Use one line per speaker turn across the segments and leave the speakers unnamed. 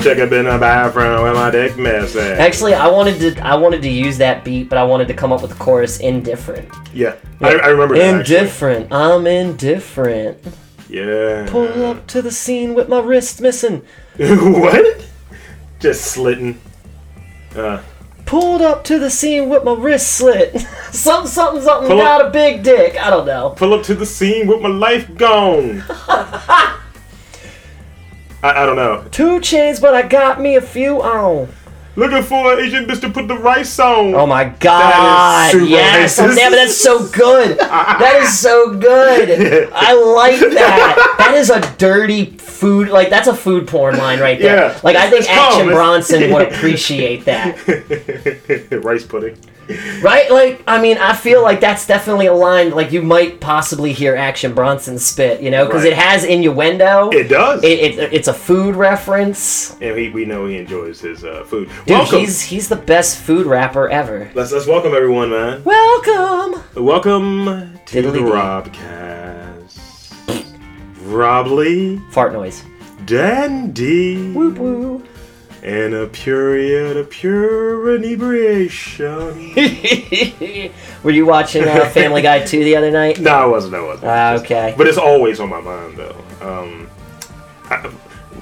take a bit in the bathroom with my dick missing.
Actually, I wanted to I wanted to use that beat, but I wanted to come up with the chorus indifferent.
yeah, I, I remember that. actually.
Indifferent. I'm indifferent.
Yeah.
Pull up to the scene with my wrist missing.
what? Just slitting. Uh,
Pulled up to the scene with my wrist slit. something, something, something.
Pull up-
Not a big dick. I don't know.
pull up to the scene with my life gone. I, I don't know.
Two chains, but I got me a few on.
Looking for an Asian bitch to put the rice on.
Oh my god!
super
yes, Oh,
racist.
damn, it, that's so good. that is so good. I like that. That is a dirty food. Like that's a food porn line right there.
Yeah.
Like I think
It's
Action
calm.
Bronson would appreciate that,
rice pudding.
right? Like I mean, I feel like that's definitely a line. Like you might possibly hear Action Bronson spit, you know, because
Right.
it has innuendo.
It does.
It, it, it's a food reference.
and he, we know he enjoys his uh, food.
Dude,
welcome.
he's he's the best food rapper ever.
Let's let's welcome everyone, man.
Welcome.
Welcome to the
Diddly-dee.
Robcast. Robley,
Fart noise.
Dandy,
Woo woo.
and a period of pure inebriation.
Were you watching uh, Family Guy 2 the other night?
no, I wasn't. I wasn't.
Ah, okay.
but it's always on my mind though. Um, I,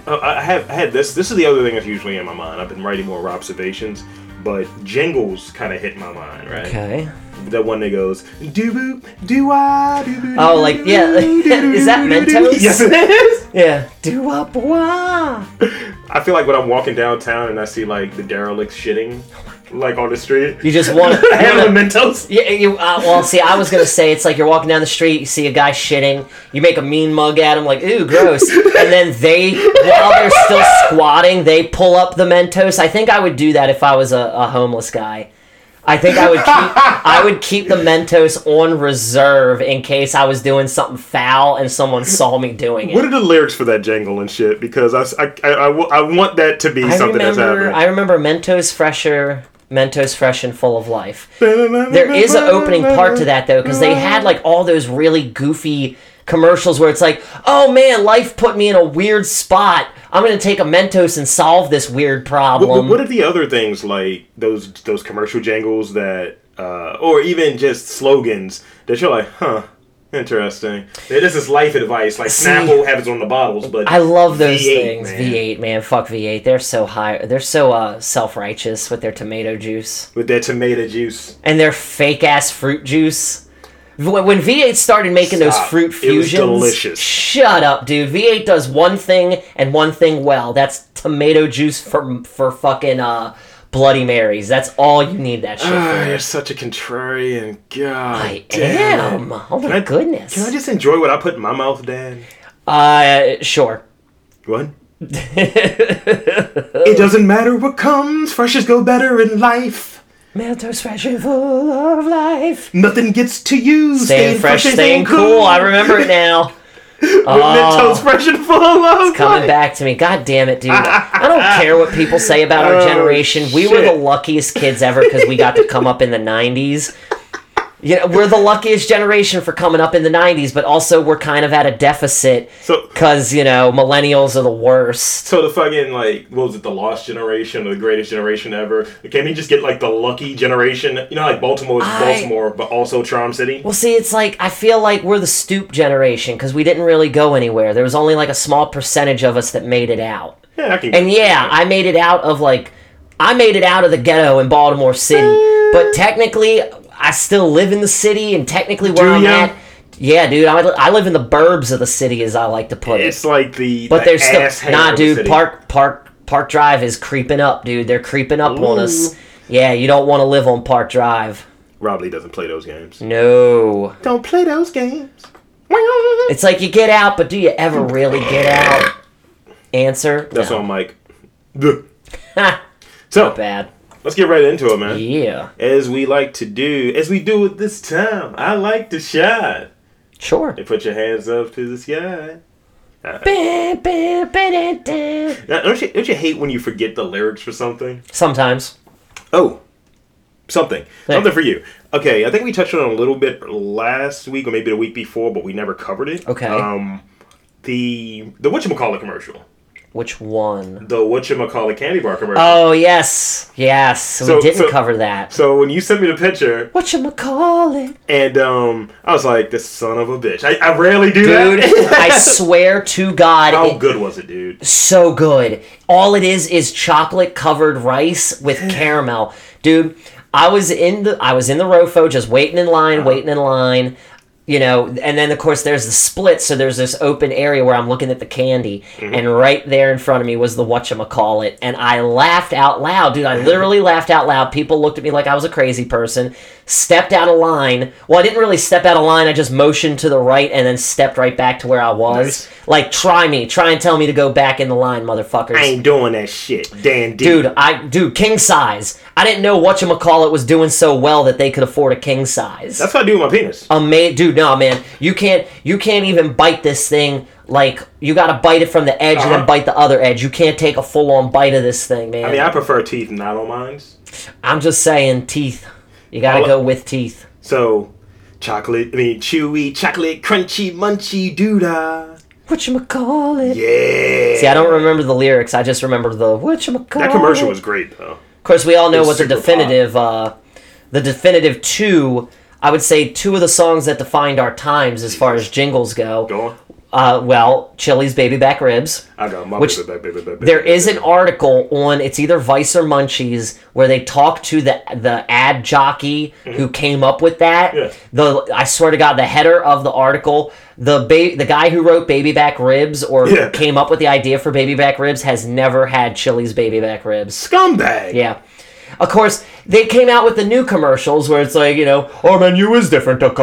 uh, I I have I had this. This is the other thing that's usually in my mind. I've been writing more observations, but jingles kind of hit my mind, right?
Okay.
That one that goes doo boo doo wah doo boo.
Oh, like, yeah, like, is that Mentos?
Yes, it is.
Yeah. Do up wah.
I feel like when I'm walking downtown and I see like the derelicts shitting, like on the street.
You just want
I have
to.
the Mentos.
Yeah, you, uh, well, see, I was gonna say it's like you're walking down the street, you see a guy shitting, you make a mean mug at him, like ooh, gross, and then they, while they're still squatting, they pull up the Mentos. I think I would do that if I was a, a homeless guy. I think I would keep, I would keep the Mentos on reserve in case I was doing something foul and someone saw me doing it.
What are the lyrics for that jingle and shit? Because I, s- I, I- I w- I want that to be
I
something that's
remember,
happening.
I remember Mentos Fresher, Mentos Fresh and Full of Life. There is an opening part to that though, because they had like all those really goofy commercials where it's like, "Oh man, life put me in a weird spot. I'm gonna take a Mentos and solve this weird
But
problem."
what are the other things like those those commercial jingles that, uh, or even just slogans that you're like, huh, interesting. Now, This is life advice. Like Snapple has it on the bottles, but
I love those
V8,
things.
man.
V8, man, fuck V8. They're so high. They're so uh, self-righteous with their tomato juice
with that tomato juice.
and their fake ass fruit juice. Wh- When V8 started making those
Stop.
fruit
It was
fusions,
delicious.
Shut up, dude. V8 does one thing and one thing well. That's tomato juice for for fucking uh, Bloody Marys. That's all you need that shit. for.
Ah, you're such a contrarian. God,
I
damn.
am. Oh my
I-
goodness.
Can I just enjoy what I put in my mouth, Dan?
uh, sure.
What? it doesn't matter what comes. Freshers go better in life.
Mentos fresh and full of life.
Nothing gets to you.
Staying fresh, staying cool. I remember it now.
Mentos fresh and full of
coming
life.
back to me. God damn it, dude. I don't care what people say about our
Oh,
generation. We were
shit.
the luckiest kids ever because we got to come up in the 90s. You know, we're the luckiest generation for coming up in the 90s, but also we're kind of at a deficit
So
because, you know, millennials are the worst.
So the fucking like what was it, the lost generation or the greatest generation ever? Can we just get like the lucky generation? You know, like Baltimore is
I-
Baltimore, but also Charm City.
Well, see, it's like I feel like we're the stoop generation because we didn't really go anywhere. There was only like a small percentage of us that made it out.
Yeah, I can.
And yeah, I made it out of like I made it out of the ghetto in Baltimore City,
Uh.
but technically I still live in the city and technically where
Do
I'm
ya?
at. Yeah, dude, I, I live in the burbs of the city as I like to put it.
it's like the
But
the
there's
ass
still
hair
Nah,
of the
dude,
city.
Park Park Park Drive is creeping up, dude. They're creeping up on us. Yeah, you don't want to live on Park Drive.
Rob Lee doesn't play those games.
No.
Don't play those games.
It's like you get out, but do you ever really get out? Answer.
That's
no.
why I'm like, Duh.
Ha,
so
bad.
let's get right into it, man.
Yeah.
As we like to do, as we do at this time, I like to shine.
Sure.
They put your hands up to the sky. Now, don't you don't you hate when you forget the lyrics for something?
Sometimes.
Oh, something.
There.
Something for you. Okay, I think we touched on it a little bit last week or maybe the week before, but we never covered it.
Okay.
Um, the the whatchamacallit commercial.
Which one?
The whatchamacallit candy bar commercial.
Oh yes, yes.
So-
we didn't
so-
cover that.
so when you sent me the picture,
What you call it,
and um, I was like, "This son of a bitch." I, I rarely do
dude?
that.
I swear to God,
How
it-
good was it, dude?
so good. All it is is chocolate covered rice with caramel, dude. I was in the I was in the Rofo, just waiting in line, waiting in line. You know, and then of course there's the split, so there's this open area where I'm looking at the candy, and right there in front of me was the whatchamacallit, and I laughed out loud, dude. I literally laughed out loud. People looked at me like I was a crazy person. Stepped out of line. Well, I didn't really step out of line. I just motioned to the right and then stepped right back to where I was.
Nice.
Like, try me. Try and tell me to go back in the line, motherfuckers.
I ain't doing that shit, Dan. D.
dude, I dude, king size. I didn't know whatchamacallit was doing so well that they could afford a king size.
that's what I do with my penis.
Ama- dude, no man. You can't you can't even bite this thing like you gotta bite it from the edge and
Uh-huh.
then bite the other edge. You can't take a full on bite of this thing, man.
I mean, I prefer teeth, not on mines.
am just saying teeth. You gotta
I'll-
go with teeth.
So, chocolate. I mean, chewy, chocolate, crunchy, munchy, doodah.
Whatchamacallit.
Yeah.
See, I don't remember the lyrics, I just remember the whatchamacallit.
That commercial was great though.
Of course, we all know
It's
what the
super pop.
definitive, uh, the definitive two. I would say two of the songs that defined our times as far as jingles go.
Go on.
Uh, well, Chili's Baby Back Ribs.
I got my
Which-
baby, baby, baby, baby,
There
baby.
is an article on it's either Vice or Munchies where they talk to the the ad jockey who came up with that.
Mm-hmm. Yeah.
The I swear to God, the header of the article, the ba- the guy who wrote Baby Back Ribs or
Yeah.
came up with the idea for Baby Back Ribs has never had Chili's Baby Back Ribs.
scumbag.
Yeah. Of course, they came out with the new commercials where it's like, you know, our menu is different. It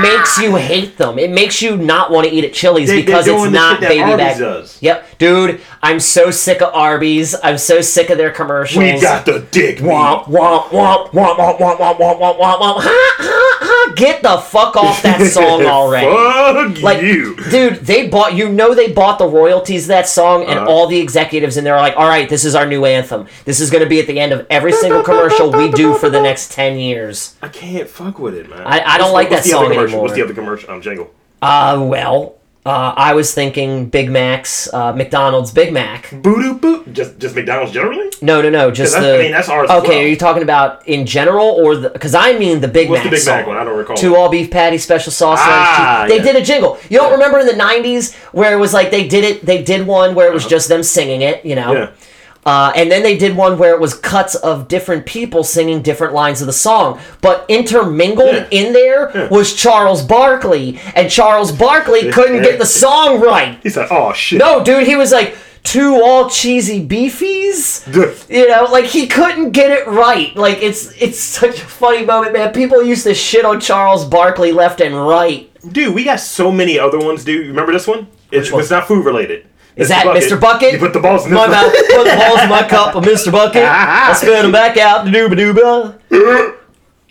makes you hate them. It makes you not want to eat at Chili's
They- they're
because it's
doing the
not
shit that
baby
Arby's
back.
does.
Yep, dude, I'm so sick of Arby's. I'm so sick of their commercials.
We got the dick. meat.
Womp womp womp womp womp womp womp womp womp womp womp. Ha ha ha! Get the fuck off that song already.
Fuck
Like,
you.
dude, they bought. You know, they bought the royalties to that song,
Uh-huh.
and all the executives in there are like, "All right, this is our new anthem. This is going to be at the end of every single commercial we do for the next ten years."
I can't fuck with it, man.
I- I don't like that
the other
song
commercial?
anymore.
What's the other commercial? Um, jingle.
Uh, well, uh, I was thinking Big Mac's, uh, McDonald's Big Mac.
Boo doo boo. Just just McDonald's generally.
No, no, no, just
'Cause
the.
that's- I mean, that's ours as
Okay,
well.
are you talking about in general or the? Because I mean the Big
What's
Mac.
the Big
song.
Mac one? I don't recall.
Two all beef patty, special sausage.
Ah,
they
yeah.
did a jingle. You don't remember in the '90s where it was like they did it. They did one where it was just them singing it. You know.
Uh-huh. Yeah.
Uh, and then they did one where it was cuts of different people singing different lines of the song, but intermingled
Yeah.
in there was Charles Barkley, and Charles Barkley couldn't get the song right.
He said, "Oh shit."
No, dude, he was like two all cheesy beefies. You know, like he couldn't get it right. Like it's it's such a funny moment, man. People used to shit on Charles Barkley left and right.
Dude, we got so many other ones, dude. Remember this one? It's,
one?
it's not food related.
Is that Mr. Bucket?
You put the balls in
My
this
mouth, put the balls in my cup, of Mr. Bucket. I spit them back out, dooba dooba.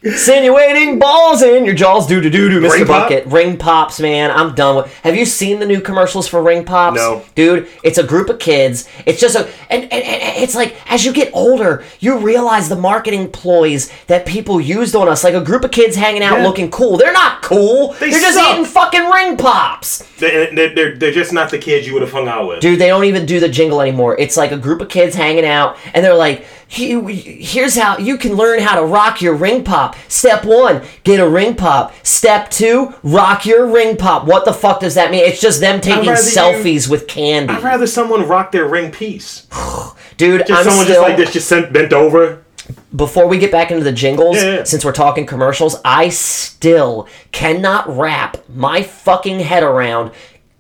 Insinuating balls in your jaws, doo doo doo doo, Mr.
Ring pop?
Bucket. Ring pops, man. I'm done with. Have you seen the new commercials for ring pops?
No.
dude. It's a group of kids. It's just a and, and, and it's like as you get older, you realize the marketing ploys that people used on us. Like a group of kids hanging out,
Yeah.
looking cool. They're not cool. They are just
suck.
eating fucking ring pops.
They, they're, they're, they're just not the kids you would have hung out with.
Dude, they don't even do the jingle anymore. It's like a group of kids hanging out, and they're like, "He- "Here's how you can learn how to rock your ring pop. Step one, get a ring pop. Step two, rock your ring pop." What the fuck does that mean? It's just them taking
rather you-
selfies with candy,
I'd rather someone rock their ring piece.
dude. I'm
someone
still
just like this, just sent, bent over.
before we get back into the jingles,
Yeah, yeah.
since we're talking commercials, I still cannot wrap my fucking head around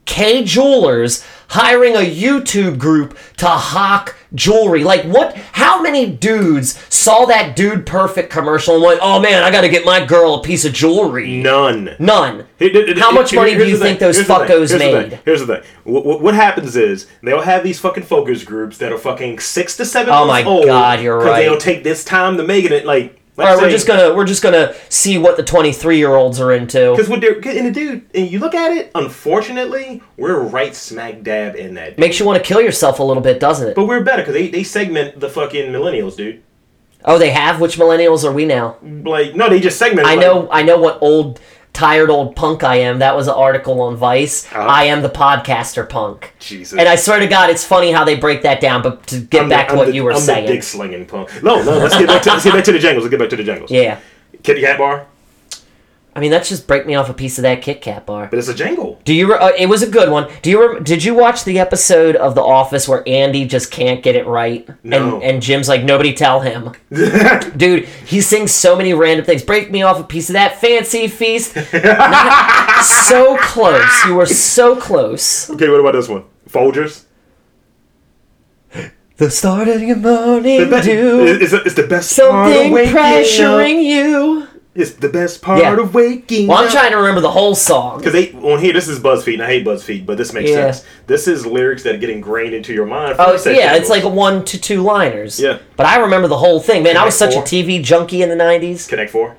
K Jewelers hiring a YouTube group to hawk jewelry. Like, what? How many dudes saw that Dude Perfect commercial and went, oh man, I gotta get my girl a piece of jewelry?
None.
None.
Here- here-
How much
here-
money do
here's
you
the
think
thing,
those
here's the thing,
fuckos
here's the thing,
made?
Here's the thing. What, what, what happens is they'll have these fucking focus groups that are fucking six to seven.
Oh
months
my
old,
God, you're right.
they'll take this time to make it. Like,
All right, we're just gonna we're just gonna see what the twenty three year olds are into.
Because what they're and the dude, and you look at it. Unfortunately, we're right smack dab in that.
Makes you want to kill yourself a little bit, doesn't it?
But we're better because they, they segment the fucking millennials, dude.
Oh, they have. Which millennials are we now?
Like, no, they just segment.
I
like,
know I know what old tired old punk I am. That was an article on Vice.
Uh-huh.
I am the podcaster punk.
Jesus.
And I swear to God, it's funny how they break that down. But to get
I'm the-
back to
I'm
what
the-
you were
I'm the
saying,
dick slinging punk. No, no. Let's get back to let's get back to the jangles. Let's get back to the jangles.
yeah.
Kitty Cat Bar,
I mean, that's just break me off a piece of that Kit Kat bar.
but it's a jangle.
Do you? Re- uh, it was a good one. Do you? Re- did you watch the episode of The Office where Andy just can't get it right,
No.
and and Jim's like, nobody tell him, dude. He sings so many random things. Break me off a piece of that fancy feast. Not- so close. You were so close.
Okay, what about this one? Folgers.
The start of your morning
That-
dew.
It's, it's the best part of
Something
waking up.
pressuring you.
It's the best part
Yeah.
of waking
Well, I'm
up.
trying to remember the whole song.
Because they on here, this is BuzzFeed, and I hate BuzzFeed, but this makes
Yeah.
sense. This is lyrics that get ingrained into your mind. from
Oh
the sex
yeah, it's
jingles.
like one to two liners.
Yeah.
But I remember the whole thing, man. I was such a
Four.
TV junkie in the '90s.
Connect Four.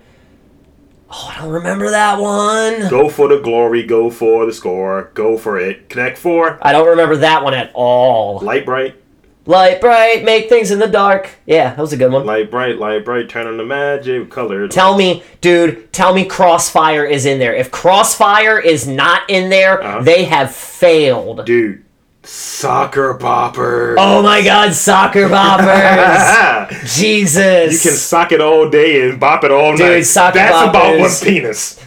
Oh, I don't remember that one.
Go for the glory. Go for the score. Go for it. Connect Four.
I don't remember that one at all.
Light bright.
Light bright, make things in the dark. Yeah, that was a good one.
Light bright. Light bright. Turn on the magic color.
Tell me, dude. Tell me, Crossfire is in there. If Crossfire is not in there,
Uh-huh.
they have failed.
Dude, soccer popper.
Oh my God, soccer boppers!
Ah,
Jesus.
you can sock it all day and bop it all night.
soccer
That's about
boppers.
one penis.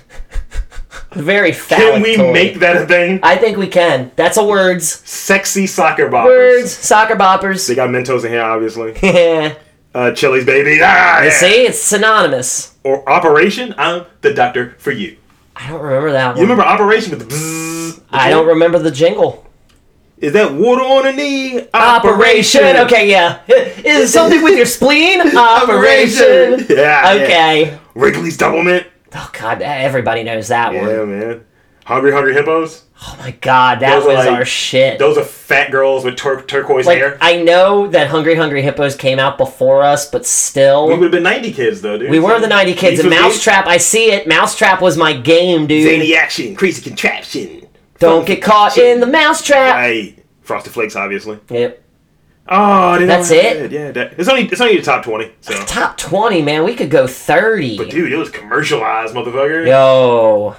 very phallic
Can we
toy.
make that a thing?
I think we can. That's a words.
Sexy soccer boppers.
Words. Soccer boppers.
They got Mentos in here, obviously.
Yeah.
Uh, Chili's baby. Ah, yeah.
See, it's synonymous.
Or Operation. I'm the doctor for you.
I don't remember that one.
You remember Operation with the bzzz?
I don't remember the jingle.
Is that water on a knee?
Operation. Okay, yeah. Is it something with your spleen? Operation.
Yeah. yeah.
Okay.
Wrigley's Double Mint.
Oh God, everybody knows that one.
Yeah, man. Hungry, hungry hippos.
Oh my God, that
Those are
was
like-
our shit.
Those are fat girls with tur- turquoise
like
hair.
I know that Hungry Hungry Hippos came out before us, but still.
we
We
would have been 90 kids, though, dude.
were the 90 kids, and
These was
Mousetrap, I see it. Mousetrap was my game, dude.
Zany action, crazy contraption.
Don't get caught in the Mousetrap.
Hey, Frosted Flakes, obviously.
Yep.
Oh, they
That's
don't have
it?
that. Yeah, that, it's only it's only the top 20. So,
Top 20, man. We could go 30.
dude, it was commercialized, motherfucker.
Yo.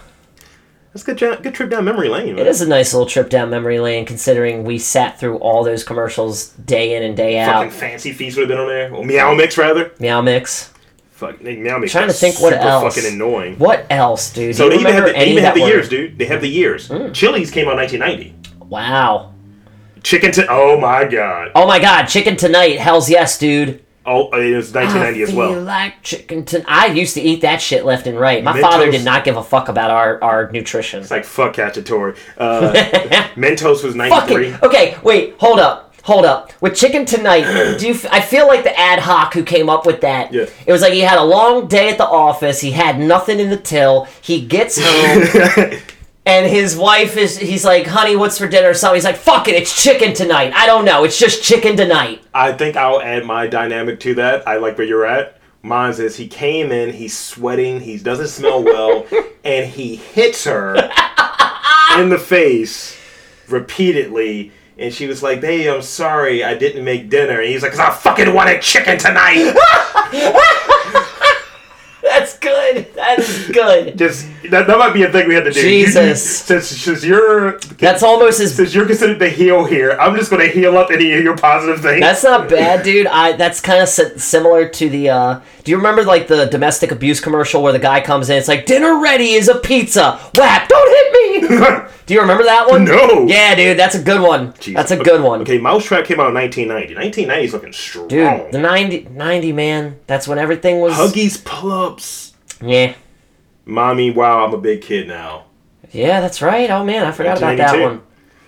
That's a good, jo- good trip down memory lane.
It
man.
is a nice little trip down memory lane, considering we sat through all those commercials day in and day out.
Fucking fancy feast would have been on there. Or meow mix rather.
Meow Mix.
Fuck, they- meow mix.
Trying to
was
think what
super
else.
Fucking annoying.
What else, dude?
So
Do
they
you
even have
remember
the, they
any of
even have
that Mm.
the
word?
years, dude. They have the years. Chili's came out 1990.
Wow.
Chicken to oh my god.
Oh my God, Chicken Tonight. Hell's yes, dude.
Oh, it was 1990
I
as
feel
well.
like chicken tonight. I used to eat that shit left and right. My
Mentos.
father did not give a fuck about our, our nutrition.
It's like fuck Cacciatore. Uh, Mentos was
Fuck
93.
it. Okay, wait, hold up. Hold up. With chicken tonight, do you f- I feel like the ad hoc who came up with that.
Yeah.
It was like he had a long day at the office, he had nothing in the till, he gets home and his wife is he's like, "Honey, what's for dinner?" or something. He's like, "Fuck it, it's chicken tonight." I don't know. It's just chicken tonight.
I think I'll add my dynamic to that. I like where you're at. Mine's is he came in, he's sweating, he doesn't smell well, and he hits her in the face repeatedly. And she was like, Babe, I'm sorry, I didn't make dinner. And he's like, Because I fucking wanted chicken tonight.
That's good. That is good.
Just that, that might be a thing we had to do. You- you-
Jesus.
since, since you're
That's almost as
since you're considered the heel here, I'm just gonna heal up any of your positive things.
That's not bad, dude. I that's kind of si- similar to the. uh Do you remember like the domestic abuse commercial where the guy comes in? It's like dinner ready is a pizza. Whap! Don't hit me. do you remember that one?
No.
Yeah, dude, that's a good one. That's a good one,
Okay, Mousetrap came out in 1990. 1990 is looking strong.
dude. The 90, 90, man. That's when everything was.
Huggies pull-ups.
Yeah.
Mommy, wow, I'm a big kid now.
Yeah, that's right. Oh man, I forgot about that
1992.
one.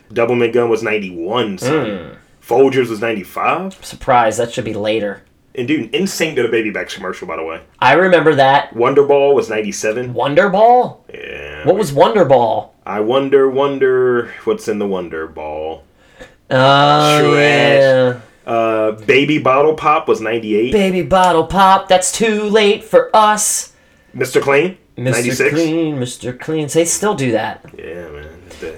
Hmm.
Double Mint Gun was 91, son. Folgers was 95.
Surprise! That should be later.
And dude, Insync did a Baby Backs commercial, by the way.
I remember that
Wonder Ball was 97.
Wonder Ball.
Yeah.
What was Wonder Ball?
I wonder, wonder, what's in the Wonder Ball?
Oh
Trash.
yeah.
Uh, Baby Bottle Pop was 98.
Baby bottle pop. That's too late for us.
Mr. Clean,
Mr.
96.
Clean, Mr. Clean. They still do that.
Yeah, man.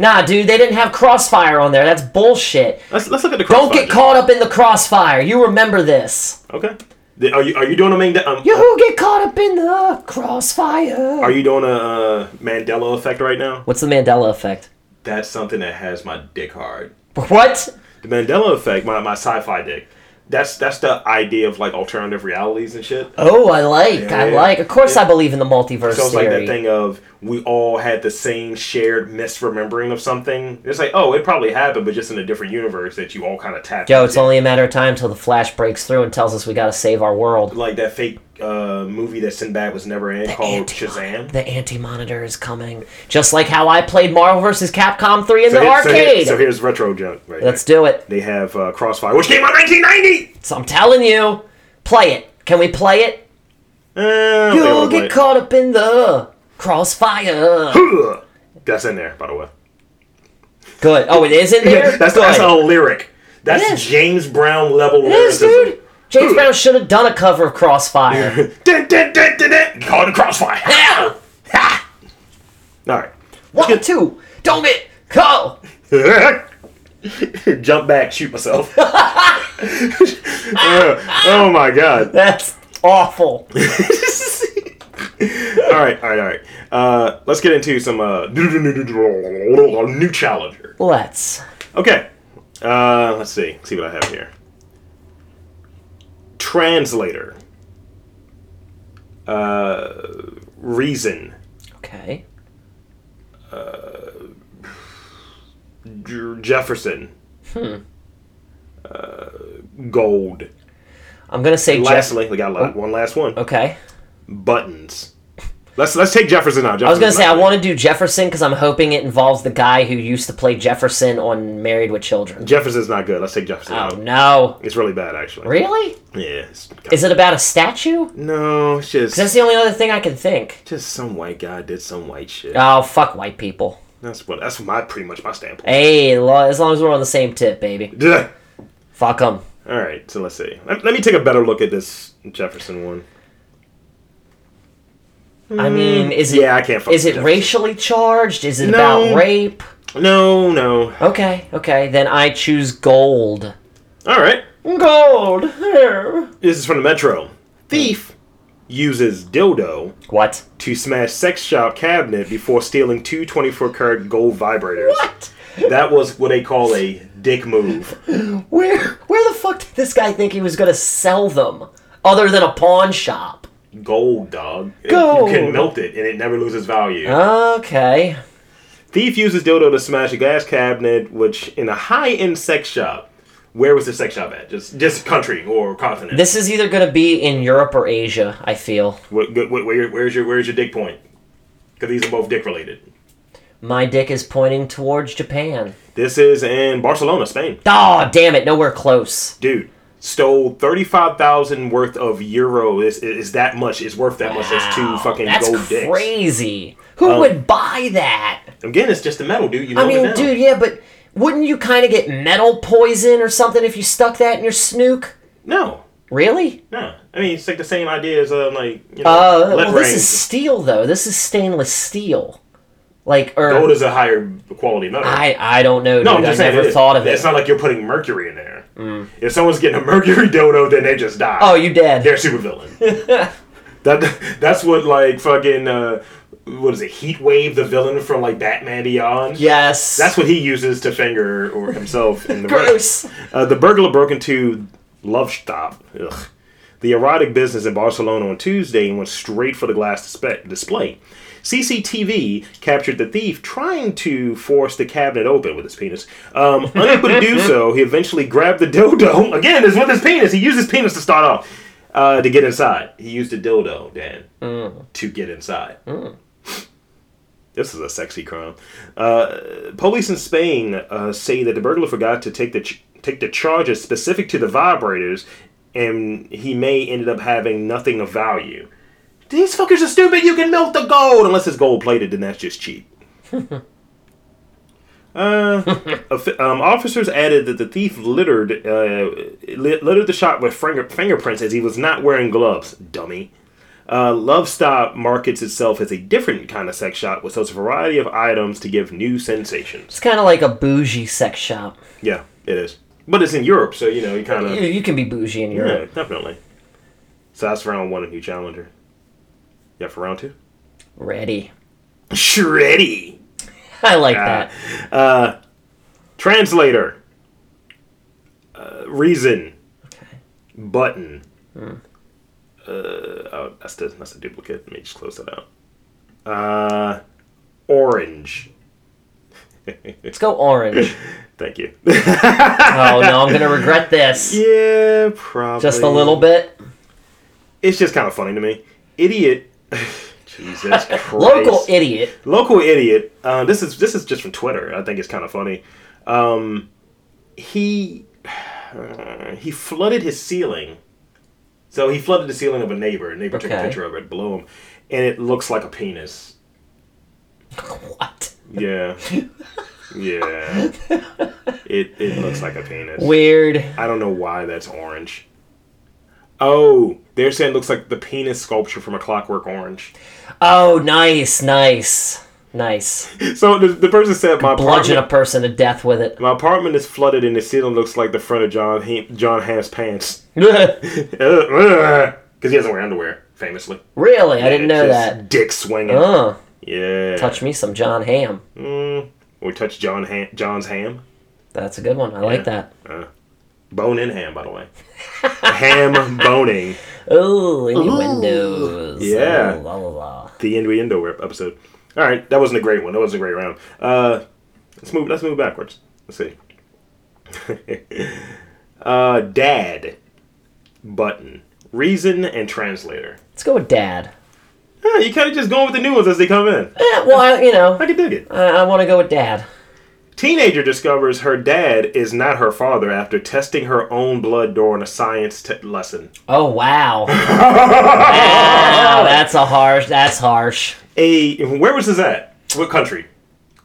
Nah, dude, they didn't have crossfire on there. That's bullshit.
Let's, let's look at the
Don't
crossfire.
get caught up in the crossfire. You remember this.
Okay. The- Are you are you doing a Mandela? Um,
You get caught up in the crossfire.
Are you doing a uh, Mandela effect right now?
What's the Mandela effect?
That's something that has my dick hard.
What?
The Mandela effect, my, my sci-fi dick. That's that's the idea of like alternative realities and shit.
Oh, I like. I
Yeah.
like. Of course, I believe in the multiverse
So it's like
theory.
that thing of we all had the same shared misremembering of something. It's like, oh, it probably happened, but just in a different universe that you all kind of tapped.
Yo, it's
into.
only a matter of time till the Flash breaks through and tells us we gotta save our world.
like that fake uh, movie that Sinbad was never in called Oh, Shazam.
The anti-monitor is coming, just like how I played Marvel vs. Capcom 3 in
So
the
here- so here-
arcade.
So, here's retro junk. Right
Let's
there.
do it.
They have uh, Crossfire, which came out 1990.
So I'm telling you, play it. Can we play it?
Uh, I don't think I
You'll
would
get
like-
caught up in the crossfire.
Ugh. That's in there, by the way.
Good. Oh, it is in there.
That's
Good.
that's a lyric. That's
It is.
James Brown level
It is,
lyricism.
dude. James Brown should have done a cover of Crossfire.
Dun, dun, dun, dun, dun. Call it a crossfire.
Ow! Ha!
All right.
One, two, don't get caught.
Jump back, shoot myself. Uh, oh my god.
That's awful.
All right, all right, all right. Uh, let's get into some uh, new challenger.
Let's.
Okay. Uh, let's see. see what I have here. Translator. Uh, reason.
Okay.
J- Jefferson. Hmm. Uh, gold.
I'm gonna say Jeff.
Lastly, we got la-
Oh.
one last one.
Okay.
Buttons. Let's let's take Jefferson out.
I was gonna say I want to do Jefferson because I'm hoping it involves the guy who used to play Jefferson on Married with Children.
Jefferson's not good. Let's take Jefferson
Oh
out.
no!
It's really bad, actually.
Really?
Yeah. It's kind
Is it about a statue?
no, it's just
That's the only other thing I can think.
just some white guy did some white shit.
Oh fuck white people.
That's what that's my pretty much my standpoint.
Hey, lo- as long as we're on the same tip, baby.
Duh.
Fuck them.
All right, so let's see. Let, let me take a better look at this Jefferson one.
I mean, is it
Yeah, I can't. fuck
is
with
it
Jefferson.
racially charged? Is it
No.
about rape?
No, no.
Okay, okay. Then I choose gold.
All right.
Gold.
This is from the Metro. Thief uses dildo
What?
to smash sex shop cabinet before stealing two 24 karat gold vibrators.
What?
That was what they call a dick move.
Where where the fuck did this guy think he was gonna sell them? Other than a pawn shop.
Gold, dog.
Gold.
You can melt it and it never loses value.
Okay.
Thief uses dildo to smash a gas cabinet, which in a high end sex shop. Where was the sex shop at? Just just country or continent.
This is either gonna be in Europe or Asia, I feel.
What- what- what- where- where's your where's your dick point? Because these are both dick related.
My dick is pointing towards Japan.
This is in Barcelona, Spain.
Oh, damn it, nowhere close.
dude stole 35,000 worth of euro is is that much it's worth that much that's two
Wow,
fucking
That's
gold dicks Oh.
crazy. Who would buy that?
again it's just the metal dude you
I
melt it
mean,
down.
dude, yeah, but wouldn't you kind of get metal poison or something if you stuck that in your snook?
no
Really?
no i mean it's like the same idea as um, like you know
Uh,
lead
well,
rings.
this is steel though. This is stainless steel. Like, or
gold is a higher quality metal
I, I don't know, dude.
no, I'm
I
just saying.
never
it is.
thought of it. Mm.
It's not like you're putting mercury in there. If someone's getting a mercury dodo, then they just die.
oh, you dead?
they're super villain. that that's what like fucking uh, what is it? Heat Wave, the villain from like Batman Beyond.
yes.
That's what he uses to finger or himself in the
Gross.
Uh, the burglar broke into Love Stop, ugh, the erotic business in Barcelona on Tuesday and went straight for the glass dispe- display. CCTV captured the thief trying to force the cabinet open with his penis. Um, unable to do so, he eventually grabbed the dildo. Again, it's with his penis. He used his penis to start off uh, to get inside. He used a dildo, Dan,
Mm.
to get inside. This is a sexy crime. Uh, police in Spain uh, say that the burglar forgot to take the ch- take the charges specific to the vibrators, and he may ended up having nothing of value. These fuckers are stupid. You can melt the gold unless it's gold plated, then that's just cheap. Uh, offi- um, officers added that the thief littered uh, li- littered the shop with finger- fingerprints as he was not wearing gloves. Dummy. Uh, Love Stop markets itself as a different kind of sex shop with such a variety of items to give new sensations.
It's kind of like a bougie sex shop.
Yeah, it is. But it's in Europe, so you know, you kind
You,
of.
you can be bougie in
Yeah,
Europe.
definitely. So that's round one, a new challenger. Yeah, for round two.
Ready.
Shreddy.
I like
Uh,
that.
uh, translator. Uh, reason. Button. Uh, oh, that's the, that's a duplicate. Let me just close that out. Uh, orange.
Let's go orange.
Thank you.
oh no, I'm gonna regret this.
yeah, probably.
Just a little bit.
It's just kind of funny to me. Idiot. Jesus Christ.
Local idiot.
local idiot. Uh, this is this is just from Twitter. I think it's kind of funny. Um, he uh, he flooded his ceiling. So he flooded the ceiling of a neighbor. A neighbor took a
Okay.
picture of it, blew him, and it looks like a penis.
What?
Yeah, yeah. It it looks like a penis.
Weird.
I don't know why that's orange. Oh, they're saying it looks like the penis sculpture from A Clockwork Orange.
Oh, nice, nice, nice.
So the, the person said my
Bludgeon
apartment-
a person to death with it.
My apartment is flooded and the ceiling looks like the front of John he- John Hamm's pants. Because he doesn't wear underwear, famously.
really? I didn't know
Just
that.
Dick swinging.
Oh,
Yeah.
touch me some John Ham.
Mm. We touch John Ham- John's ham.
That's a good one. I like that.
Bone in ham, by the way. ham boning.
Oh, innuendos.
Yeah.
Oh, la, la, la.
The innuendo episode. All right, that wasn't a great one. That wasn't a great round. Uh, let's move. Let's move backwards. Let's see. uh, dad, button, reason, and translator.
Let's go with dad.
Yeah, you kind of just going with the new ones as they come in.
Eh, well, I, you know,
I can dig it.
I, I want to go with dad.
Teenager discovers her dad is not her father after testing her own blood during a science t- lesson.
Oh wow. wow, that's a harsh. That's harsh.
A where was this at? What country?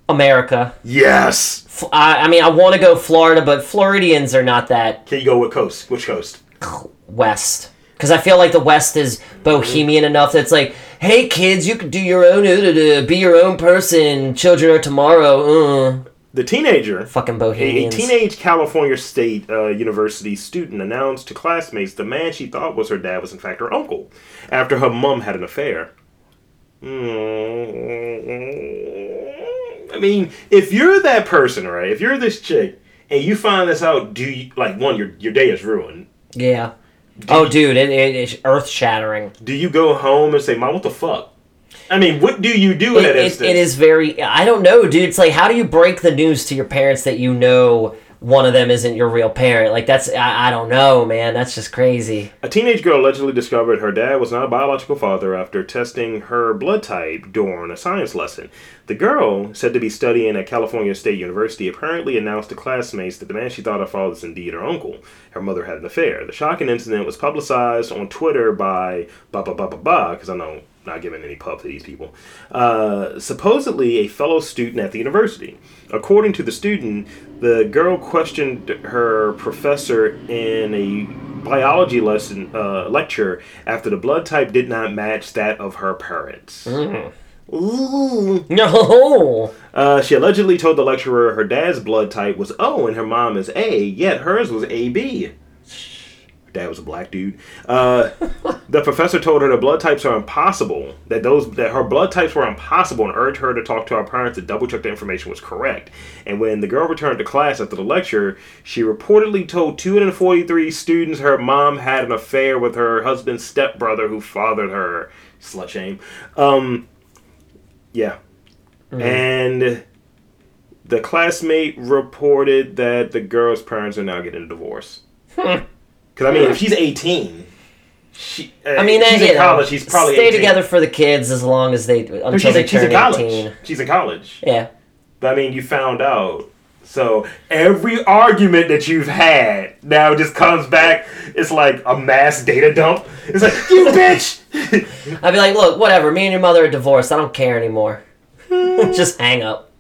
America.
Yes.
F- I, I mean, I want to go Florida, but Floridians are not that
Can you go with coast? Which coast?
West because I feel like the West is bohemian enough that's like, hey kids, you can do your own, uh, uh, uh, be your own person. Children are tomorrow. Uh.
The teenager.
Fucking
A
bohemians.
teenage California State uh, University student announced to classmates the man she thought was her dad was in fact her uncle, after her mum had an affair. Mm. I mean, if you're that person, right? If you're this chick and you find this out, do you like one? Your your day is ruined.
yeah. oh, dude, it, it, it's earth shattering.
Do you go home and say, "Mom, what the fuck"? I mean, what do you do in
It-
that
it-
instance?
it is very. I don't know, dude. It's like, how do you break the news to your parents that you know one of them isn't your real parent? Like, that's. I, I don't know, man. That's just crazy.
A teenage girl allegedly discovered her dad was not a biological father after testing her blood type during a science lesson. The girl, said to be studying at California State University, apparently announced to classmates that the man she thought her father was indeed her uncle. Her mother had an affair. The shocking incident was publicized on Twitter by ba ba ba ba ba, because I know not giving any pub to these people. Uh, supposedly a fellow student at the university. According to the student, the girl questioned her professor in a biology lesson uh, lecture after the blood type did not match that of her parents. Ooh.
No.
Uh, she allegedly told the lecturer her dad's blood type was O and her mom is A, yet hers was AB. Her dad was a black dude. Uh, the professor told her the blood types are impossible. That those that her blood types were impossible and urged her to talk to her parents to double check the information was correct. And when the girl returned to class after the lecture, she reportedly told 243 students her mom had an affair with her husband's stepbrother who fathered her. Slut shame. Um, yeah. And the classmate reported that the girl's parents are now getting a divorce.
Hmm.
Because I mean, if she's eighteen, she. Uh,
I mean,
she's
eh, you
in
know,
college. She's probably
stay
18.
together for the kids as long as they
No,
until
she's,
they
she's
turn
in college.
eighteen.
She's in college.
Yeah.
But, I mean, you found out. So every argument that you've had now just comes back. It's like a mass data dump. It's like you bitch.
I'd be like, look, whatever. Me and your mother are divorced. I don't care anymore. Just hang up.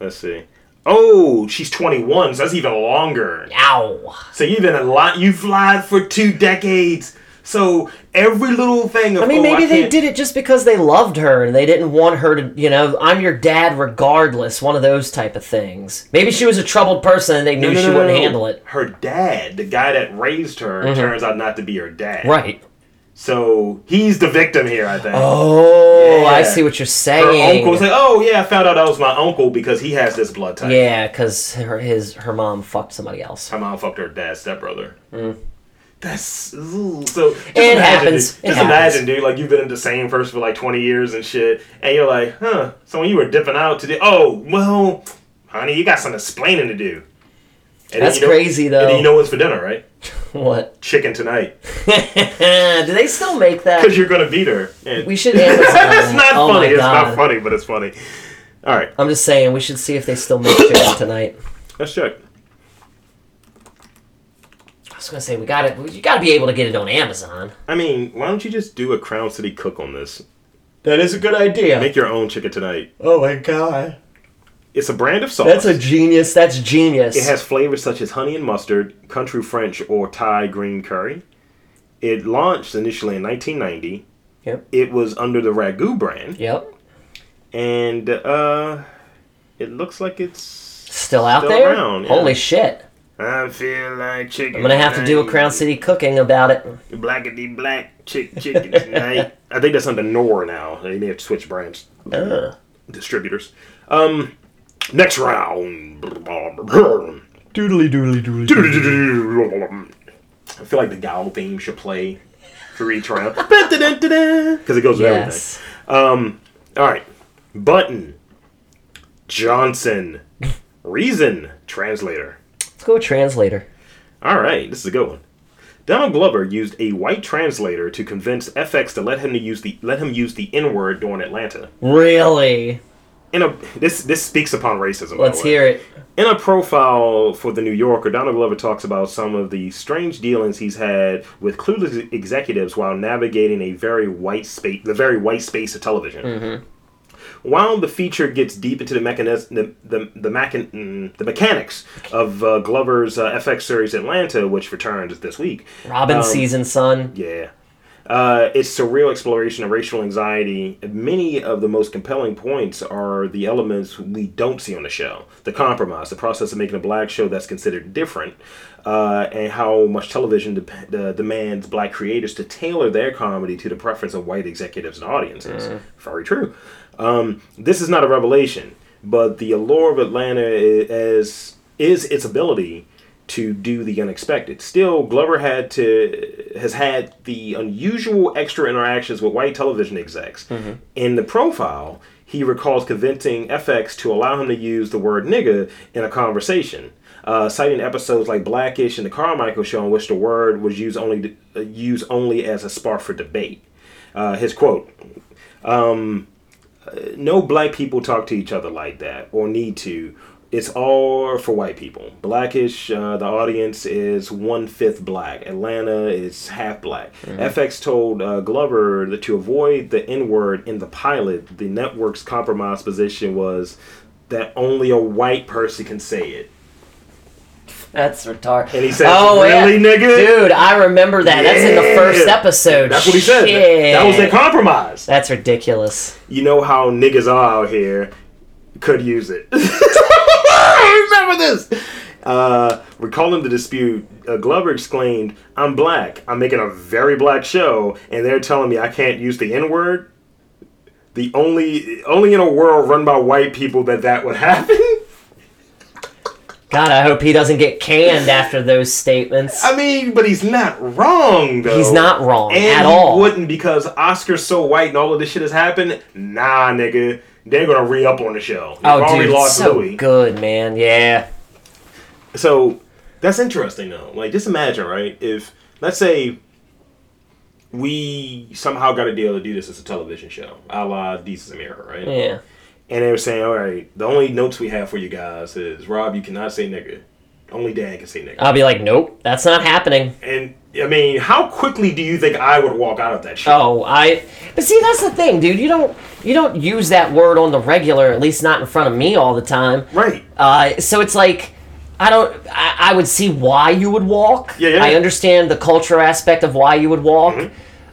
Let's see. Oh, she's 21, so that's even longer.
Ow.
So you've been a lot. You've lied for two decades. So every little thing. Of,
I mean,
oh,
maybe they
can't-
did it just because they loved her and they didn't want her to, you know, I'm your dad regardless, one of those type of things. Maybe she was a troubled person and they knew
No, no,
she
no,
wouldn't
no.
handle it. Mm-hmm.
Her dad, the guy that raised her, turns out not to be her dad.
Right.
So he's the victim here, I think.
Oh,
Yeah.
I see what you're
her
saying.
uncle's like, oh yeah, I found out that was my uncle because he has this blood type.
yeah, because her his her mom fucked somebody else.
My mom fucked her dad's stepbrother. That's ooh. Mm. so. Just
It
imagine,
happens.
Dude,
It
just
happens.
imagine, dude. Like you've been in the same person for like twenty years and shit, and you're like, huh. So when you were dipping out today, oh well, honey, you got some explaining to do. And then
That's
you know-
crazy, though.
And then you know what's for dinner, right?
What?
Chicken tonight,
Do they still make that?
because you're gonna beat her. And
We should Amazon.
it's not
oh
funny.
My
It's
God.
not funny, but it's funny. All right,
I'm just saying we should see if they still make chicken tonight.
let's check.
I was gonna say we got to You got to be able to get it on Amazon.
I mean, why don't you just do a Crown City cook on this?
That is a good idea.
Make your own chicken tonight.
oh my god,
It's a brand of sauce.
that's a genius. That's genius.
It has flavors such as honey and mustard, country French, or Thai green curry. It launched initially in 1990.
Yep.
It was under the Ragu brand,
Yep.
and uh, it looks like it's.
Still out
Still
there.
around, yeah.
Holy shit!
I feel like chicken.
I'm gonna have to do a Crown City cooking about it.
Blackity black chick chicken tonight. I think that's under Nor now. They may have switched brands.
Uh,
distributors. Um, next round.
doodly doodly doodly.
I feel like the Gowl theme should play for each round because it goes with
Yes.
everything. All right, Button, Johnson, Reason, translator.
Let's go with translator.
All right, this is a good one. Donald Glover used a white translator to convince FX to let him to use the let him use the N word during Atlanta.
Really?
In a this this speaks upon racism. by
Let's
the way.
hear it.
In a profile for The New Yorker, Donald Glover talks about some of the strange dealings he's had with clueless e-, executives while navigating a very white space, the very white space of television. While the feature gets deep into the mechanis- the, the, the, mechan- mm, the mechanics of uh, Glover's uh, FX series Atlanta, which returns this week,
Robin
Um,
season son.
yeah. Uh, it's surreal exploration of racial anxiety. Many of the most compelling points are the elements we don't see on the show the compromise, the process of making a black show that's considered different, uh, and how much television dep uh, demands black creators to tailor their comedy to the preference of white executives and audiences. Very true. Um, this is not a revelation, but the allure of Atlanta i- as is its ability to do the unexpected. Still, Glover had to has had the unusual extra interactions with white television execs. In the profile, he recalls convincing FX to allow him to use the word "nigga" in a conversation, uh, citing episodes like Blackish and the Carmichael Show, in which the word was used only to, uh, used only as a spark for debate. Uh, his quote: no black people talk to each other like that or need to. It's all for white people. Blackish, uh, the audience is one fifth black. Atlanta is half black. FX told uh, Glover that to avoid the N word in the pilot, the network's compromise position was that only a white person can say it.
That's retarded.
And he says, "Really, nigga?"
Dude, I remember that. That's in the
Yeah.
first episode.
That's what he said.
Shit.
That was their compromise.
That's ridiculous.
you know how niggas are out here could use it. I remember this. Uh, recalling the dispute, uh, Glover exclaimed, "I'm black. I'm making a very black show, and they're telling me I can't use the N word. The only only in a world run by white people that that would happen."
God, I hope he doesn't get canned after those statements.
I mean, but he's not wrong though.
He's not wrong
and
at
he
all.
Wouldn't because Oscar's so white and all of this shit has happened. Nah, nigga, they're gonna re up on the show. They've
oh,
already
dude, it's
lost
so
Louis.
good, man. Yeah.
So that's interesting though. Like just imagine, right? If let's say we somehow got a deal to do this as a television show, a la This is America, right?
Yeah.
And they were saying, all right, the only notes we have for you guys is Rob, you cannot say nigga. Only Dan can say nigga.
I'll be like, nope, that's not happening.
and I mean, how quickly do you think I would walk out of that shit?
Oh, I. But see, that's the thing, dude. You don't you don't use that word on the regular, at least not in front of me all the time.
Right.
Uh, so it's like I don't. I, I would see why you would walk.
Yeah, Mm-hmm. yeah.
I understand the cultural aspect of why you would walk.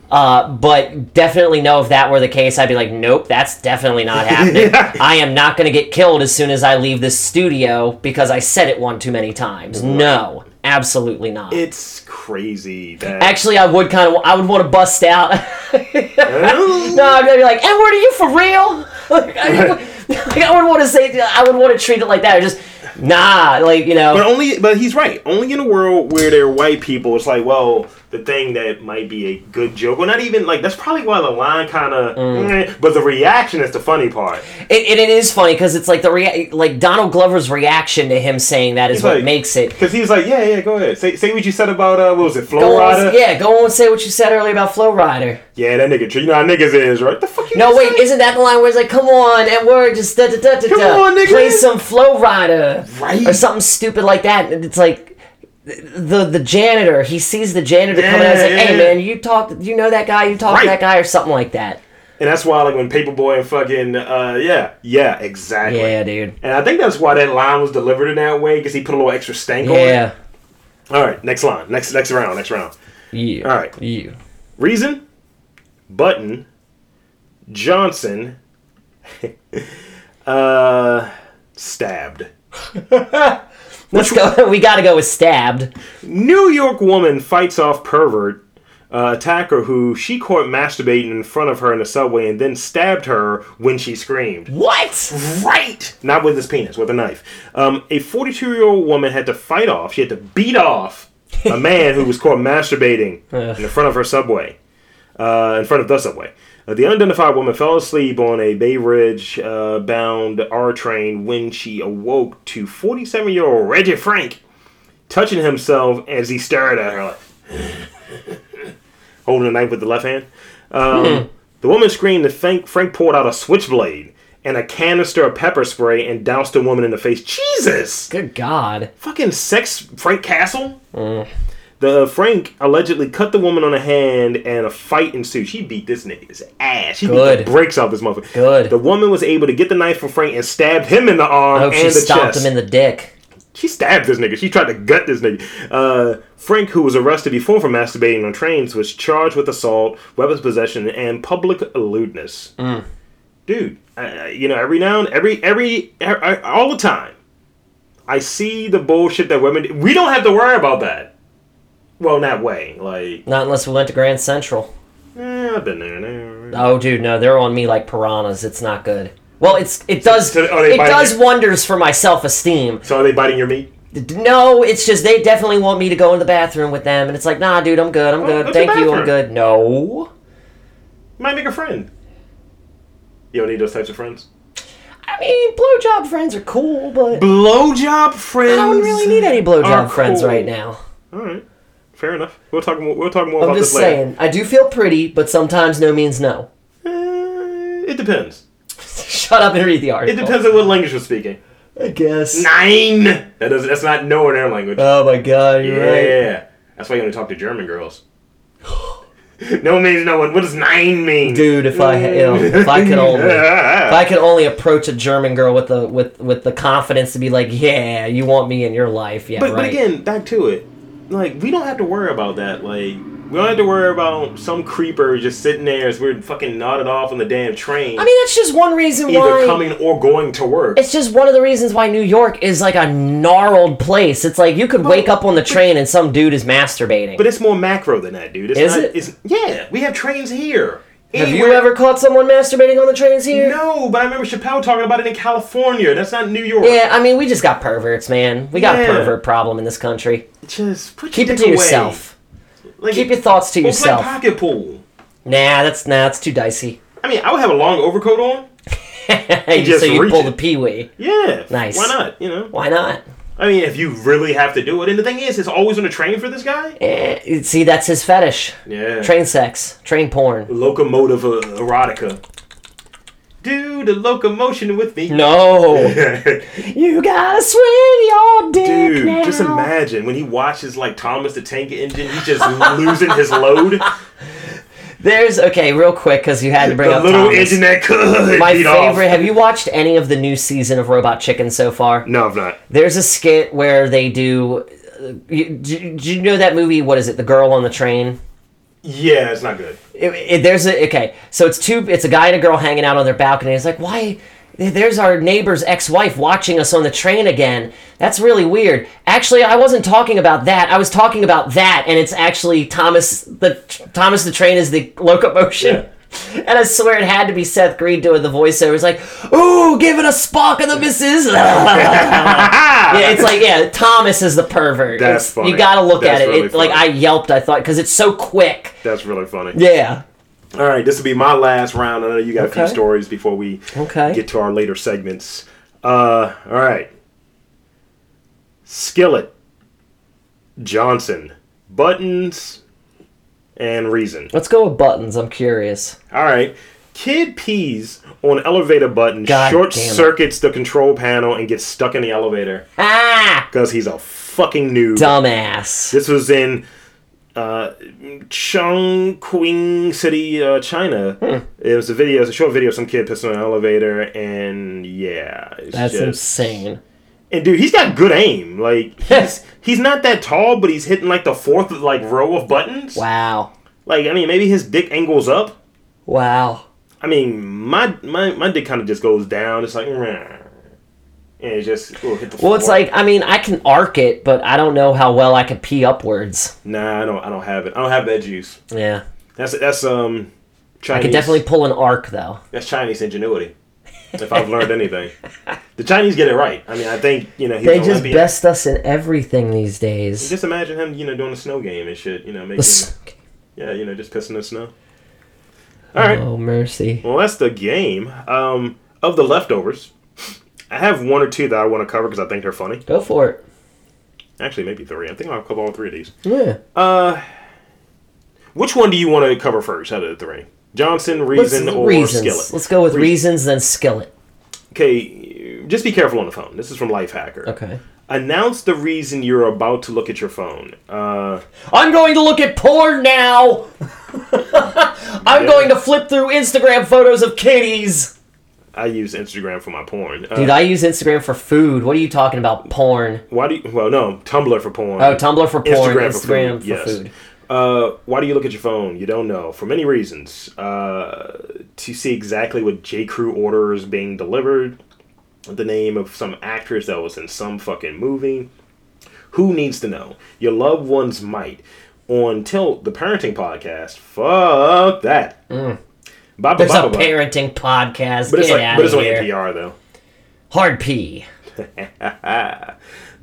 Uh, but definitely know if that were the case, I'd be like, nope, that's definitely not happening. I am not going to get killed as soon as I leave this studio because I said it one too many times. No, Absolutely not.
It's crazy that.
Actually, I would kind of. I would want to bust out. no, I'm gonna be like, Edward, are you for real? Like, I, like, I would want to say. I would want to treat it like that. Or just nah, like you know.
But only, but he's right. Only in a world where there are white people, it's like, well, the thing that might be a good joke, or not even like that's probably why the line kind of.
Mm.
but the reaction is the funny part.
It, it, it is funny because it's like the rea- like Donald Glover's reaction to him saying that is
It's
what
like-
makes it.
Because he's like, yeah, yeah, go ahead. Say, say what you said about uh, what was it,
Go
Florida?
on, yeah, go on and say what you said earlier about Flow Rider.
yeah, that nigga. tri- You know how niggas is, right? The fuck you.
No,
just
wait,
said?
isn't that the line where it's like, come on, Edward, just da da da da
Come
da,
on, nigga.
play some Flow Rider,
Right.
or something stupid like that? And it's like the the janitor, he sees the janitor coming out and
Yeah,
say,
yeah,
hey
yeah.
man, you talk, you know that guy, you talk to
Right.
that guy, or something like that.
And that's why, like, when Paperboy and fucking, uh, yeah, yeah, exactly.
Yeah, dude.
And I think that's why that line was delivered in that way because he put a little extra stank on it.
Yeah,
All right, next line, next next round, next round.
yeah.
All right.
you.
Reason, Button, Johnson, uh, stabbed.
Let's go. we gotta go with stabbed.
New York woman fights off pervert uh, attacker who she caught masturbating in front of her in the subway and then stabbed her when she screamed.
What?
Right! Not with his penis, with a knife. Um, a 42 year old woman had to fight off, she had to beat off a man who was caught masturbating in the front of her subway. Uh, in front of the subway. Uh, the unidentified woman fell asleep on a Bay Ridge uh, bound R train when she awoke to 47 year old Reggie Frank touching himself as he stared at her, like, holding a knife with the left hand. Um, the woman screamed and Frank, Frank poured out a switchblade and a canister of pepper spray and doused the woman in the face. Jesus!
Good God.
Fucking sex Frank Castle?
Mm.
The Frank allegedly cut the woman on the hand and a fight ensued. She beat this nigga's ass. She beat
Good.
the brakes off this motherfucker.
Good.
The woman was able to get the knife from Frank and stabbed him in the arm
I hope
and
she
the
stopped
chest
him in the dick.
she stabbed this nigga. She tried to gut this nigga. Uh, Frank, who was arrested before for masturbating on trains, was charged with assault, weapons possession, and public lewdness. Dude, I, I- you know, every now and every every er- I- all the time, I see the bullshit that women. We don't have to worry about that. Well, in that way, like
Not unless we went to Grand Central.
eh, I've been there. there.
Oh, dude, no, they're on me like piranhas. It's not good. Well, it's it does
so are they
it
biting
does
you?
wonders for my self esteem.
So are they biting your meat?
No, it's just they definitely want me to go in the bathroom with them, and it's like, nah, dude, I'm good, I'm
go
good,
to
thank
the
you,
bathroom.
I'm good. No,
Might make a friend. You don't need those types of friends.
I mean, blowjob friends are cool, but
Blowjob friends.
I don't really need any
are
blowjob friends
cool.
right now.
All right, fair enough. We'll talk more. We'll talk more
I'm
about
just
this later.
saying, I do feel pretty, but sometimes no means no.
Uh, it depends.
Shut up and read the
It
article.
depends on what language you're speaking.
I guess.
Nine. That does. That's not no in their language.
Oh my god,
yeah,
you're right.
That's why you only talk to German girls. no means no one. What does nine mean?
Dude, if I you know, if I could only. If
Ah.
I could only approach a German girl with the with with the confidence to be like, yeah, you want me in your life, yeah,
But,
right.
but again, back to it. Like we don't have to worry about that. Like we don't have to worry about some creeper just sitting there as we're fucking nodded off on the damn train,
I mean, that's just one reason
either
why.
coming or going to work.
it's just one of the reasons why New York is like a gnarled place. It's like you could wake up on the train and some dude is masturbating.
But it's more macro than that, dude. It's
Is
not,
it?
It's, yeah, we have trains here.
Have you
Anywhere-
ever caught someone masturbating on the trains here?
No, but I remember Chappelle talking about it in California. That's not New York.
Yeah, I mean, we just got perverts, man. We got
Yeah.
a pervert problem in this country.
Just put
Keep
your
it
dick
to
away.
yourself.
Like,
Keep your thoughts to
or
yourself.
Play pocket pool.
Nah, that's nah, that's too dicey.
I mean, I would have a long overcoat on.
Hey,
just
so you
reach
pull
it.
the peewee.
Yeah.
Nice.
Why not? You know.
Why not?
I mean, if you really have to do it, and the thing is, it's always on a train for this guy.
Eh, see, that's his fetish.
Yeah.
Train sex, train porn.
Locomotive uh, erotica. Do the locomotion with me.
No, you gotta swing your dick
Dude,
now.
just imagine when he watches like Thomas the Tank Engine, he's just losing his load.
There's okay, real quick because you had to bring
The
up
little
Thomas.
engine that could.
My
beat
favorite.
Off.
Have you watched any of the new season of Robot Chicken so far?
No, I've not.
There's a skit where they do. uh, You, do, do you know that movie? What is it? The Girl on the Train.
Yeah, it's not good.
It, it, there's a okay, so it's two. It's a guy and a girl hanging out on their balcony. It's like why. there's our neighbor's ex-wife watching us on the train again. That's really weird. Actually, I wasn't talking about that. I was talking about that, and it's actually Thomas the Thomas the train is the locomotion.
Yeah.
And I swear it had to be Seth Green doing the voiceover. It's like, ooh, giving a Spock and the missus. yeah, it's like yeah, Thomas is the pervert.
That's
It's-
funny.
You gotta look
That's
at it.
really
it like I
funny.
yelped. I thought because it's so quick.
That's really funny.
Yeah.
All right, this will be my last round. I know you got a few
Okay.
stories before we
Okay.
get to our later segments. Uh, all right. Skillet, Johnson, Buttons, and Reason.
Let's go with buttons. I'm curious.
All right. Kid pees on elevator button,
God
short
damn it.
circuits the control panel, and gets stuck in the elevator
Ah,
because he's a fucking noob.
dumbass.
This was in uh, Chongqing City, uh, China.
Hmm.
It was a video, it was a short video of some kid pissing on an elevator, and yeah, it's
That's
just-
insane.
and dude, he's got good aim. Like he's he's not that tall, but he's hitting like the fourth like row of buttons.
Wow.
Like I mean, maybe his dick angles up.
Wow.
I mean, my my my dick kind of just goes down. It's like, "Meh." and it just oh, hit the
Well, it's like I mean I can arc it, but I don't know how well I can pee upwards.
nah, I don't I don't have it. I don't have that juice.
Yeah.
That's that's um. Chinese.
I could definitely pull an arc though.
That's Chinese ingenuity. If I've learned anything, the Chinese get it right. I mean, I think you know he's
They
an
just
Olympian.
best us in everything these days.
Just imagine him, you know, doing a snow game and shit. You know, making yeah, you know, just pissing in the snow. All right.
Oh mercy.
Well, that's the game. Um, of the leftovers, I have one or two that I want to cover because I think they're funny.
Go for it.
Actually, maybe three. I think I'll cover all three of these.
Yeah.
Uh, which one do you want to cover first out of the three? Johnson,
Let's,
Reason, or
reasons.
Skillet?
Let's go with reasons, then skillet.
Okay, just be careful on the phone. This is from Lifehacker.
Okay.
Announce the reason you're about to look at your phone. Uh,
I'm going to look at porn now. I'm
Yeah.
going to flip through Instagram photos of kitties.
I use Instagram for my porn. Uh,
Dude, I use Instagram for food. What are you talking about? Porn.
why do you? Well, no, Tumblr for porn.
Oh, Tumblr for porn.
Instagram
Instagram,
for food,
for
yes.
food.
Uh, why do you look at your phone? You don't know for many reasons. Uh, to see exactly what J Crew orders being delivered, the name of some actress that was in some fucking movie. Who needs to know? Your loved ones might. On Tilt, the parenting podcast. Fuck that. Baba,
There's
baba,
a
baba.
parenting podcast.
But it's
Get
like,
out
but it's
of
on
here.
NPR though.
Hard P.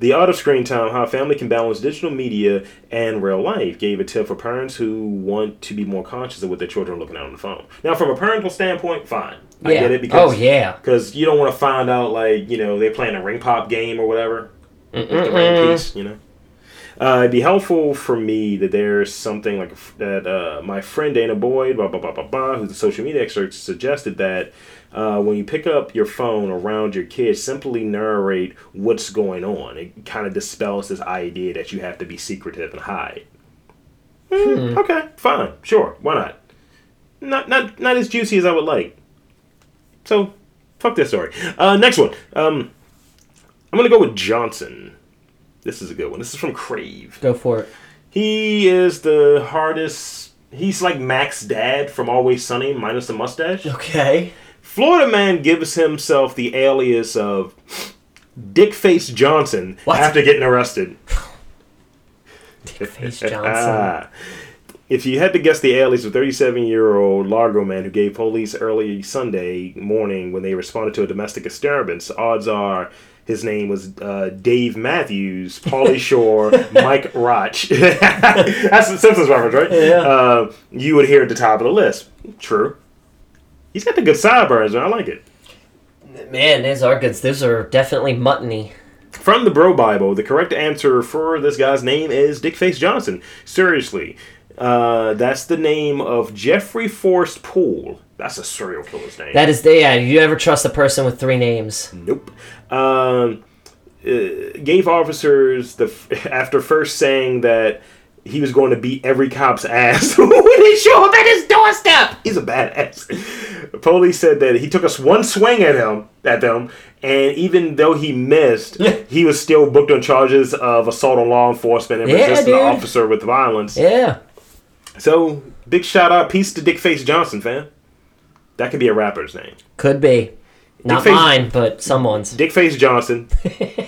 The Art of Screen Time: How a Family Can Balance Digital Media and Real Life gave a tip for parents who want to be more conscious of what their children are looking at on the phone. Now, from a parental standpoint, fine, I
Yeah.
get it because
Oh, yeah.
because you don't want to find out like you know they're playing a ring pop game or whatever. With the ring piece, you know. Uh, it'd be helpful for me that there's something like that. Uh, my friend Dana Boyd, blah blah blah blah blah, who's a social media expert, suggested that uh, when you pick up your phone around your kids, simply narrate what's going on. It kind of dispels this idea that you have to be secretive and hide. Hmm, Okay, fine, sure, why not? Not not not as juicy as I would like. So, fuck this story. Uh, next one. Um, I'm gonna go with Johnson. This is a good one. This is from Crave.
Go for it.
He is the hardest. He's like Mac's dad from Always Sunny, minus the mustache.
Okay.
Florida man gives himself the alias of Dickface Johnson
What?
after getting arrested.
Face Johnson.
Ah. If you had to guess the alias of 37 year old Largo man who gave police early Sunday morning when they responded to a domestic disturbance, odds are his name was uh, Dave Matthews, Paulie Shore, Mike Roch. That's the Simpsons reference, right?
Yeah.
Uh, you would hear at the top of the list. True. He's got the good sideburns, man. I like it.
Man, these are good. These are definitely muttony.
From the Bro Bible, the correct answer for this guy's name is Dickface Johnson. Seriously, uh, that's the name of Jeffrey Forrest Poole. That's a serial killer's name.
That is, yeah, you never trust a person with three names.
nope. Um, uh, gave officers the f- after first saying that he was going to beat every cop's ass when they show up at his doorstep. He's a badass. Police said that he took us one swing at him at them, and even though he missed, he was still booked on charges of assault on law enforcement and
Yeah,
resisting an
dude.
officer with violence.
Yeah.
So, big shout out, peace to Dickface Johnson, fam. That could be a rapper's name.
Could be. Not
Face-
mine, but someone's.
Dickface Johnson,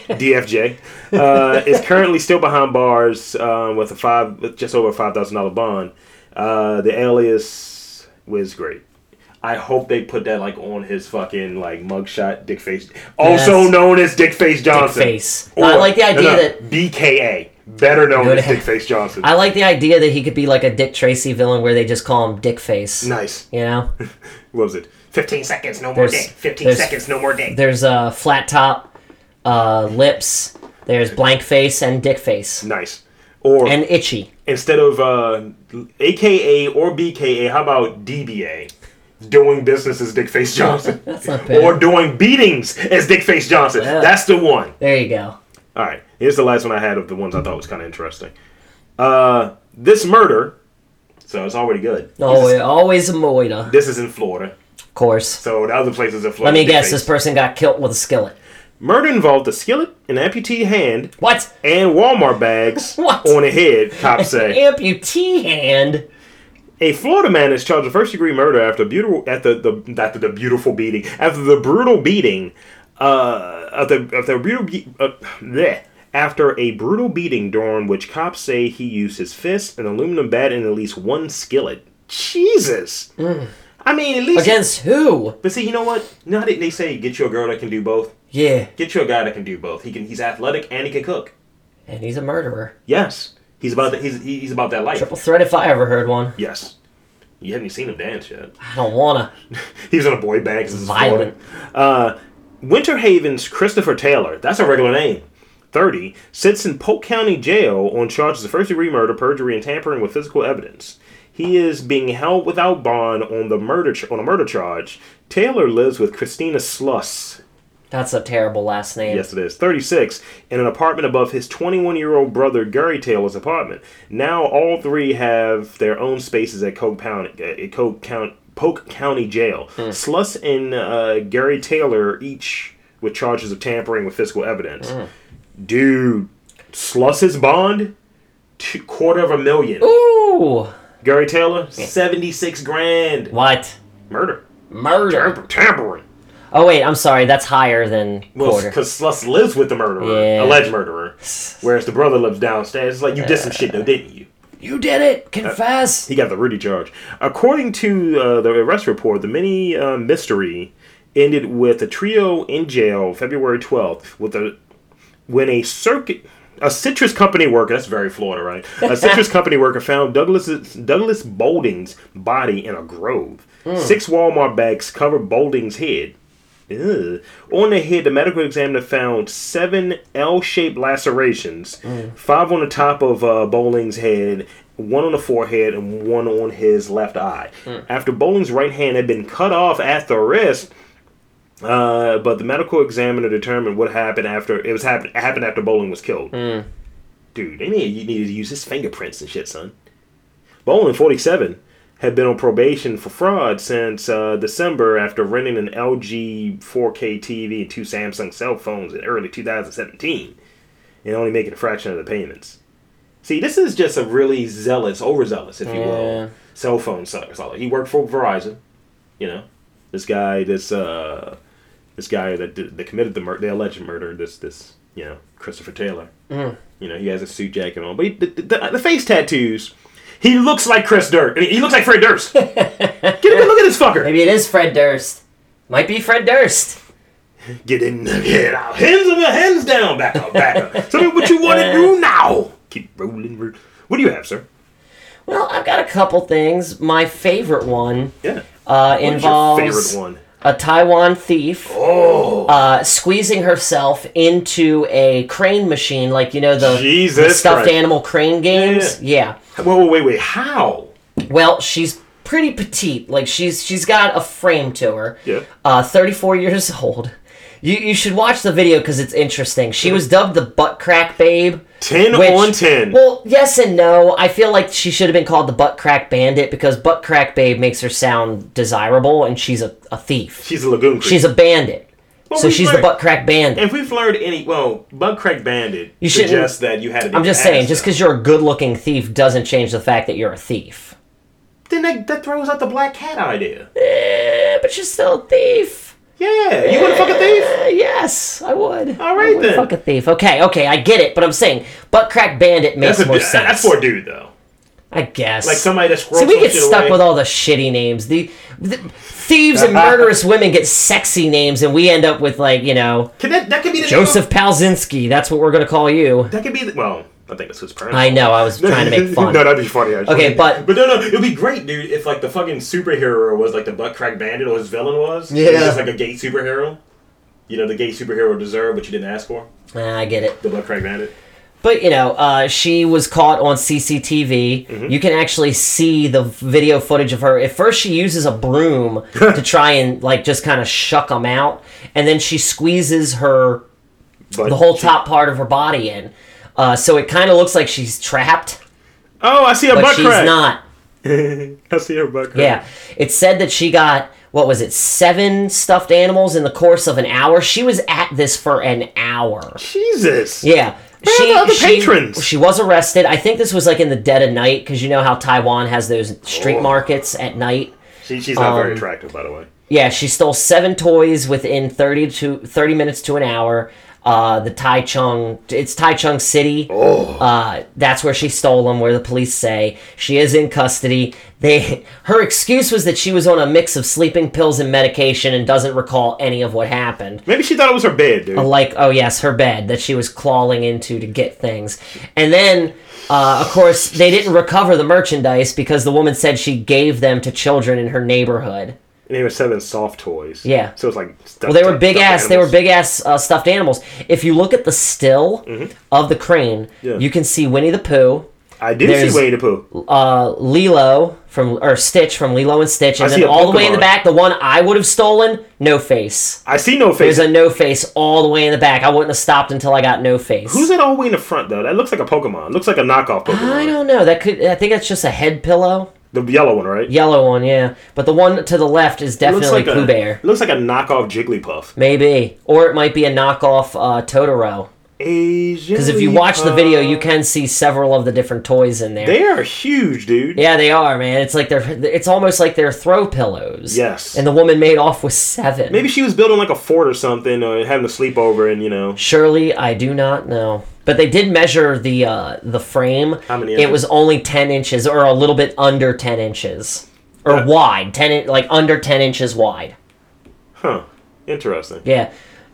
DFJ, uh, is currently still behind bars um, with a five, with just over a five thousand dollar bond. Uh, the alias was great. I hope they put that like on his fucking like mugshot, Dickface, also
Yes.
known as Dickface Johnson.
Dickface. I like the idea that-
BKA, better known
Good.
as Dickface Johnson.
I like the idea that he could be like a Dick Tracy villain where they just call him Dick Face.
nice.
You know?
What was it? Fifteen seconds, no more
There's-
dick. Fifteen
there's-
seconds, no more dick.
There's uh, flat top, uh, lips, there's blank face, and dick face.
Nice. Or
And itchy.
instead of uh, AKA or BKA, how about DBA? Doing business as Dickface Johnson. That's
not bad.
Or doing beatings as Dickface Johnson.
Yeah.
That's the one.
There you go.
All right. Here's the last one I had of the ones I thought was kind of interesting. Uh, this murder. So it's already good.
Oh,
this, is,
yeah, always a moita.
this is in Florida.
Of course.
So the other places in Florida.
Let me guess.
Dickface.
This person got killed with a skillet.
murder involved a skillet, an amputee hand,
What?
and Walmart bags
What?
on a head. Cops say.
Amputee hand.
A Florida man is charged with first degree murder after beautiful at the, the after the beautiful beating after the brutal beating uh after after brutal be- uh, bleh. after a brutal beating during which cops say he used his fist, an aluminum bat, and at least one skillet. Jesus. I mean, at least.
Against who?
But see, you know what? You know how they, they say get you a girl that can do both.
Yeah.
Get you a guy that can do both. He can. He's athletic and he can cook.
And he's a murderer.
Yes. He's about that. He's he's about that life.
Triple threat if I ever heard one.
Yes. You haven't seen him dance yet.
I don't wanna.
He was in a boy band. 'cause it's
Violent.
Florida. Uh, Winter Haven's Christopher Taylor, that's a regular name, 30, sits in Polk County Jail on charges of first degree murder, perjury, and tampering with physical evidence. He is being held without bond on the murder ch- on a murder charge. Taylor lives with Christina Sluss.
That's a terrible last name.
Yes, it is. 36, in an apartment above his 21 year old brother Gary Taylor's apartment. Now all three have their own spaces at Coke, Pound, uh, at Coke Count, Polk County Jail. Sluss and uh, Gary Taylor each with charges of tampering with physical evidence. Dude, Sluss's bond? Two, quarter of a million.
Ooh.
Gary Taylor, 76 grand.
What?
Murder.
Murder.
Tamper- tampering.
Oh wait, I'm sorry. That's higher than
Well,
quarter.
because Sluss lives with the murderer,
Yeah.
alleged murderer, whereas the brother lives downstairs. It's like you did some shit though, didn't you?
You did
Uh,
it. Confess.
He got the Rudy charge. According to uh, the arrest report, the mini uh, mystery ended with a trio in jail February twelfth with a when a circuit. A citrus company worker, that's very Florida, right? A citrus company worker found Douglas Douglas Bolding's body in a grove.
Hmm.
Six Walmart bags covered Bolding's head. Ugh. On the head, the medical examiner found seven L-shaped lacerations, five on the top of uh, Bowling's head, one on the forehead, and one on his left eye. After Bowling's right hand had been cut off at the wrist, uh, but the medical examiner determined what happened after it was happen- happened after Bowling was killed. Dude, they needed, you needed to use his fingerprints and shit, son. Bowling, 47, had been on probation for fraud since uh, December after renting an LG 4K TV and two Samsung cell phones in early 2017 and only making a fraction of the payments. See, this is just a really zealous, overzealous, if you
Yeah.
will, cell phone sucker. So, He worked for Verizon, you know. This guy, this uh, this guy that did, that committed the murder, the alleged murder, this this you know Christopher Taylor.
Mm.
You know, he has a suit jacket on, but he, the, the, the face tattoos. He looks like Chris Durst. I mean, He looks like Fred Durst. Get a good look at this fucker.
Maybe it is Fred Durst. Might be Fred Durst.
Get in the head out. Hands on your hands down. Back up, back up. Tell me what you want to do now. Keep rolling. ro- What do you have, sir?
Well, I've got a couple things. My favorite one
Yeah.
uh,
What's your
involves
favorite one?
a Taiwan thief
Oh.
uh, squeezing herself into a crane machine, like you know the,
Jesus
the stuffed
Christ.
animal crane games. Yeah.
Whoa, wait, wait, wait. How?
Well, she's pretty petite. Like she's she's got a frame to her.
Yeah.
Uh, 34 years old. You you should watch the video because it's interesting. She was dubbed the butt crack babe.
10
which-
on 10.
Well, yes and no. I feel like she should have been called the butt crack bandit because butt crack babe makes her sound desirable, and she's a, a thief.
She's a lagoon creature.
She's a bandit. so
we
she's the
learned-
butt crack bandit.
If we've learned any, well, Bug Craig Bandit you
shouldn't-
suggests that you had to.
I'm just saying, just because you're a good looking thief doesn't change the fact that you're a thief.
then that, that throws out the black cat idea.
Eh, but you're still a thief.
Yeah, you want to fuck a thief?
Uh, yes, I would.
All right,
I would
then.
Fuck a thief. Okay, okay, I get it. But I'm saying butt crack bandit makes
That's, a,
more
that's
sense.
for a dude though.
I guess.
Like somebody that squirrels.
See, we
some
get
shit
stuck
away.
with all the shitty names. The, the thieves and murderous women get sexy names, and we end up with like you know
Can that that could be the
Joseph Palzinski. That's what we're gonna call you.
That could be the, well. I think that's his parents.
I know. I was trying to make fun.
no, that'd be funny. Actually.
Okay, but-
but no, no, it'd be great, dude. If like the fucking superhero was like the butt crack bandit or his villain was, he was
Yeah.
just like a gay superhero. You know, the gay superhero deserved what you didn't ask for.
Ah, I get it.
The butt crack bandit.
But you know, uh, she was caught on CCTV.
Mm-hmm.
You can actually see the video footage of her. At first, she uses a broom to try and like just kind of shuck them out, and then she squeezes her
But
the whole top part of her body in. Uh, so it kind of looks like she's trapped,
Oh, I see a
but
butt
she's
crack.
not.
I see her butt crack.
Yeah, it said that she got what was it seven stuffed animals in the course of an hour. She was at this for an hour.
Jesus.
Yeah.
are the other patrons?
She was arrested. I think this was like in the dead of night because you know how Taiwan has those street
Oh.
markets at night.
She, she's not very
Um,
attractive, by the way.
Yeah, she stole seven toys within 30 to 30 minutes to an hour. Uh, the Taichung, it's Taichung City.
Oh.
Uh, that's where she stole them, where the police say she is in custody. They, her excuse was that she was on a mix of sleeping pills and medication and doesn't recall any of what happened
Maybe she thought it was her bed, dude.
like oh yes her bed that she was clawing into to get things and then uh, of course they didn't recover the merchandise because the woman said she gave them to children in her neighborhood
And they were seven soft toys.
Yeah.
So it's like. Stuff,
well they were big ass they were big ass uh, stuffed animals if you look at the still of the crane
Yeah.
you can see winnie the pooh
I do
There's-
see Winnie the Pooh.
uh, Lilo from or Stitch from Lilo and Stitch, and
I see
then
a
all the way in the
Pokemon.
back, the one I would have stolen, No Face.
I see no face.
There's a No Face all the way in the back. I wouldn't have stopped until I got No Face.
Who's that all the way in the front though? That looks like a Pokemon. Looks like a knockoff Pokemon.
I don't know. That could. I think that's just a head pillow,
The yellow one, right?
yellow one. Yeah, but the one to the left
Looks
is definitely
like
Pooh
a
Bear.
looks like a knockoff Jigglypuff.
Maybe, or it might be a knockoff uh, Totoro. Because
Because
if you watch the video, you can see several of the different toys in there.
uh, They are huge, dude.
yeah, they are, man. It's like they're. It's almost like they're throw pillows.
Yes.
And the woman made off with seven.
Maybe she was building like a fort or something, or having a sleepover, and you know.
Surely, I do not know. But they did measure the uh, the frame.
How many
It
inches?
was only ten inches, or a little bit under ten inches, or wide. Ten, in- like under ten inches wide.
Huh. Interesting.
Yeah.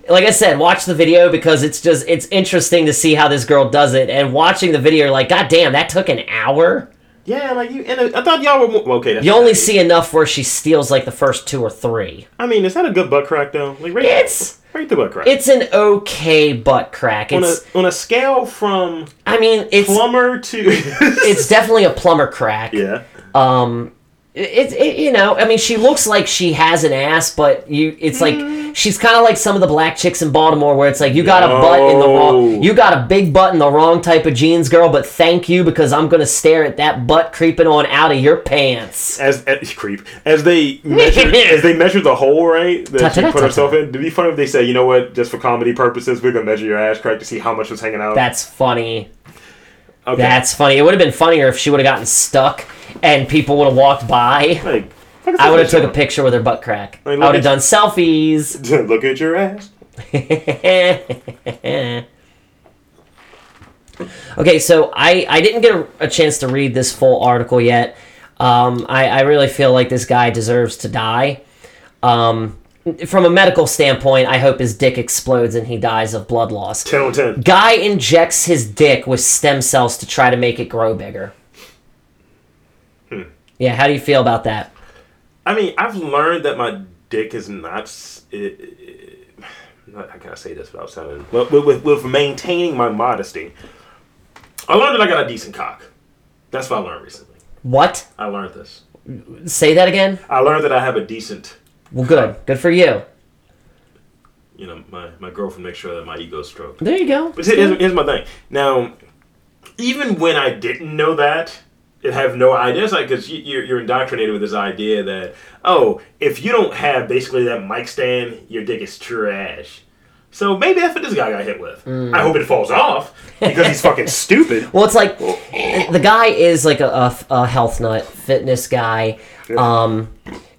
Like I said, watch the video because it's just it's interesting to see how this girl does it. And watching the video, you're like, God damn, that took an hour.
Yeah, like you. And uh, I thought y'all were more, well, okay. That's
You only see enough where she steals like the first two or three.
I mean, is that a good butt crack though? Like right,
It's-
right the butt crack.
It's an okay butt crack.
on a
It's
on a scale from
I mean it's
plumber to.
it's definitely a plumber crack.
yeah.
Um it, it you know, I mean she looks like she has an ass, but you it's
Mm.
like she's kind of like some of the black chicks in Baltimore where it's like you got a butt in the wrong
No.
you got a big butt in the wrong type of jeans, girl, but thank you because I'm going to stare at that butt creeping on out of your pants.
as, as creep as they measure, as they measure the hole right that she put
Ta-ta-ta-ta-ta.
herself in. It'd be funny if they say, you know what, just for comedy purposes, we're gonna measure your ass crack to see how much was hanging out.
That's funny.
okay.
That's funny. It would have been funnier if she would have gotten stuck and people would have walked by.
like fuck is
I
that
would have
shit?
took a picture with her butt crack. I
Like,
would
look
have
at-
done selfies.
Look at your ass.
okay, so I, I didn't get a, a chance to read this full article yet. Um, I, I really feel like this guy deserves to die. Um, from a medical standpoint, I hope his dick explodes and he dies of blood loss.
Ten on ten.
Guy injects his dick with stem cells to try to make it grow bigger. Yeah, how do you feel about that?
I mean, I've learned that my dick is not. s- It, it, not how can I say this without sounding with, with- with, with maintaining my modesty? I learned that I got a decent cock. That's what I learned recently.
What?
I learned this.
Say that again?
I learned that I have a decent
Well, good. Good for you.
you know, my, my girlfriend makes sure that my ego's stroked.
There you go.
But here- here's, here's my thing. Now, even when I didn't know that, and have no idea, it's like, because you, you're, you're indoctrinated with this idea that, oh, if you don't have basically that mic stand, your dick is trash. So maybe that's what this guy got hit with. I hope it falls off because he's fucking stupid.
Mm. Well, it's like the guy is like a, a, a health nut, fitness guy. Um,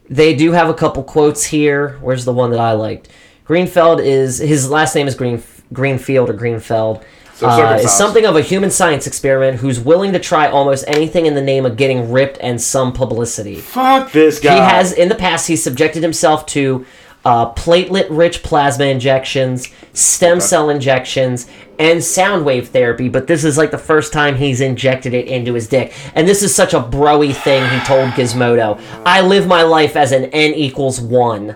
They do have a couple quotes here. Where's the one that I liked? Greenfeld is his last name is Green Greenfield or Greenfeld.
So
Uh,
circumcised.
is something of a human science experiment who's willing to try almost anything in the name of getting ripped and some publicity.
Fuck this guy.
He has in the past he's subjected himself to uh, platelet-rich plasma injections, stem cell injections, and sound wave therapy. But this is like the first time he's injected it into his dick, and this is such a broy thing. He told Gizmodo, "I live my life as an n equals one."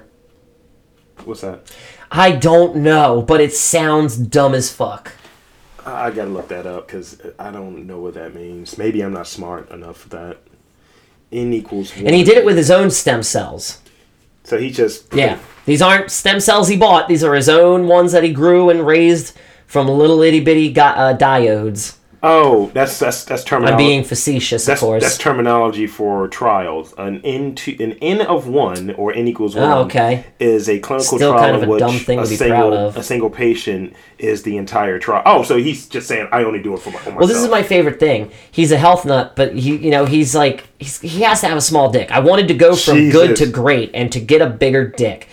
What's that?
I don't know, but it sounds dumb as fuck.
I I gotta look that up because I don't know what that means. Maybe I'm not smart enough for that. N equals one.
And he did it with his own stem cells.
So he just
Yeah. These aren't stem cells he bought. These are his own ones that he grew and raised from little itty bitty go- uh, diodes.
Oh, that's that's that's terminology.
I'm being facetious,
that's,
of course.
that's terminology for trials. An n to an n of one or n equals one.
Ah, okay.
Is a clinical
Still
trial
kind of
in
a
which
dumb thing
a
to be
single
proud of.
a single patient is the entire trial. Oh, so he's just saying I only do it for my. for
well, this is
myself."
my favorite thing. He's a health nut, but he, you know, he's like, he's, he has to have a small dick. I wanted to go from good
Jesus.
to great and to get a bigger dick,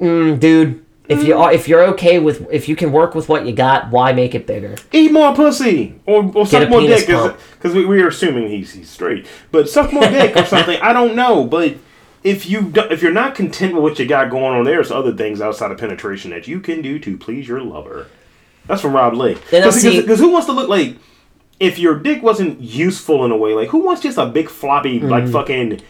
mm, dude. If you are, if you're okay with, if you can work with what you got, why make it bigger?
eat more pussy or, or
Get
suck
a
more
penis
dick
pump.
because we, we are assuming he's he's straight but suck more dick or something i don't know but if you do- if you're not content with what you got going on there's other things outside of penetration that you can do to please your lover that's from rob lake
Then I see-
because who wants to look like if your dick wasn't useful in a way like who wants just a big floppy like
Mm-hmm.
fucking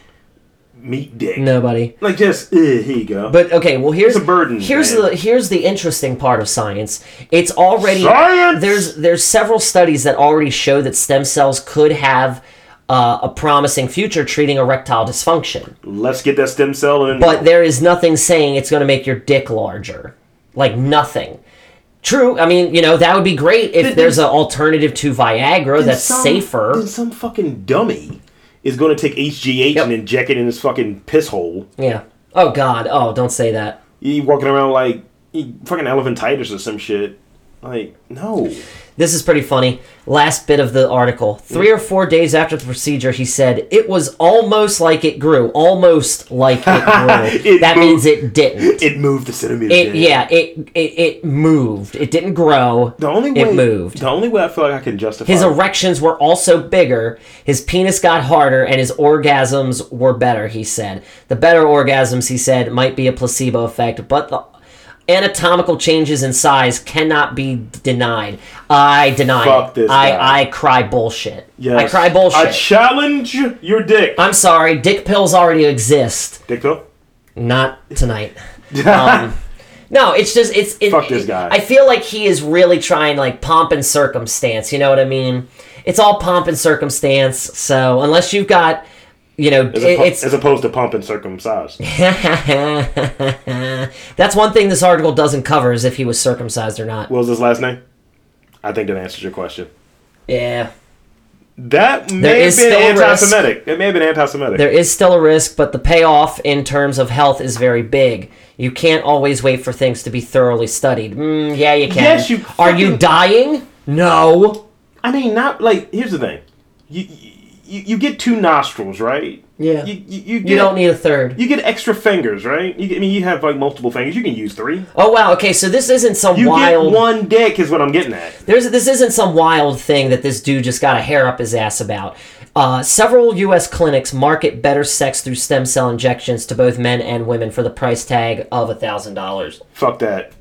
meat dick
Nobody.
like just eh, here you go
But okay, well here's
It's a burden,
Here's
man.
the here's the interesting part of science. It's already
Science!
there's there's several studies that already show that stem cells could have uh, a promising future treating erectile dysfunction.
let's get that stem cell in
But there is nothing saying it's going to make your dick larger. Like nothing. True. I mean, you know, that would be great if
Did-
there's an alternative to Viagra that's
some-
safer.
Then some fucking dummy is going to take HGH and inject it in his fucking piss hole.
Yeah. Oh God. Oh, don't say that.
He walking around like he fucking elephantitis or some shit. Like no,
This is pretty funny. Last bit of the article. Three or four days after the procedure, he said, It was almost like it grew. Almost like it grew.
It
that
moved.
means it didn't.
it moved the centimeter.
It, yeah, it, it it moved. It didn't grow.
The only way
it moved.
The only way I feel like I can justify
His erections were also bigger. His penis got harder, and his orgasms were better. He said the better orgasms, he said, might be a placebo effect, but the anatomical changes in size cannot be denied. I deny.
Fuck
it.
this
I
guy.
I cry bullshit.
Yes.
I cry
I
bullshit. Uh,
challenge your dick.
I'm sorry. Dick pills already exist.
dick pill.
Not tonight. No, it's just it's it,
Fuck this guy.
I feel like he is really trying like pomp and circumstance. You know what I mean? It's all pomp and circumstance. So unless you've got, you know,
as, oppo-
it's
as opposed to pump and circumcised.
that's one thing this article doesn't cover is if he was circumcised or not.
what was his last name? I think that answers your question.
Yeah,
That may
There
have
is
been
still a risk.
anti-Semitic. It may have been anti-Semitic.
there is still a risk, but the payoff in terms of health is very big. You can't always wait for things to be thoroughly studied. Mm, yeah, you can.
Yes, you
Are
fucking-
you dying? No.
I mean, not like here's the thing, you you, you get two nostrils, right?
Yeah.
You you, you, get,
You don't need a third.
You get extra fingers, right? You, get- I mean, you have like multiple fingers. You can use three.
Oh wow. Okay, so this isn't some
You
wild.
get one dick, is what I'm getting at.
There's this isn't some wild thing that this dude just got a hair up his ass about. Uh, several U.S. clinics market better sex through stem cell injections to both men and women for the price tag of thousand dollars.
Fuck that.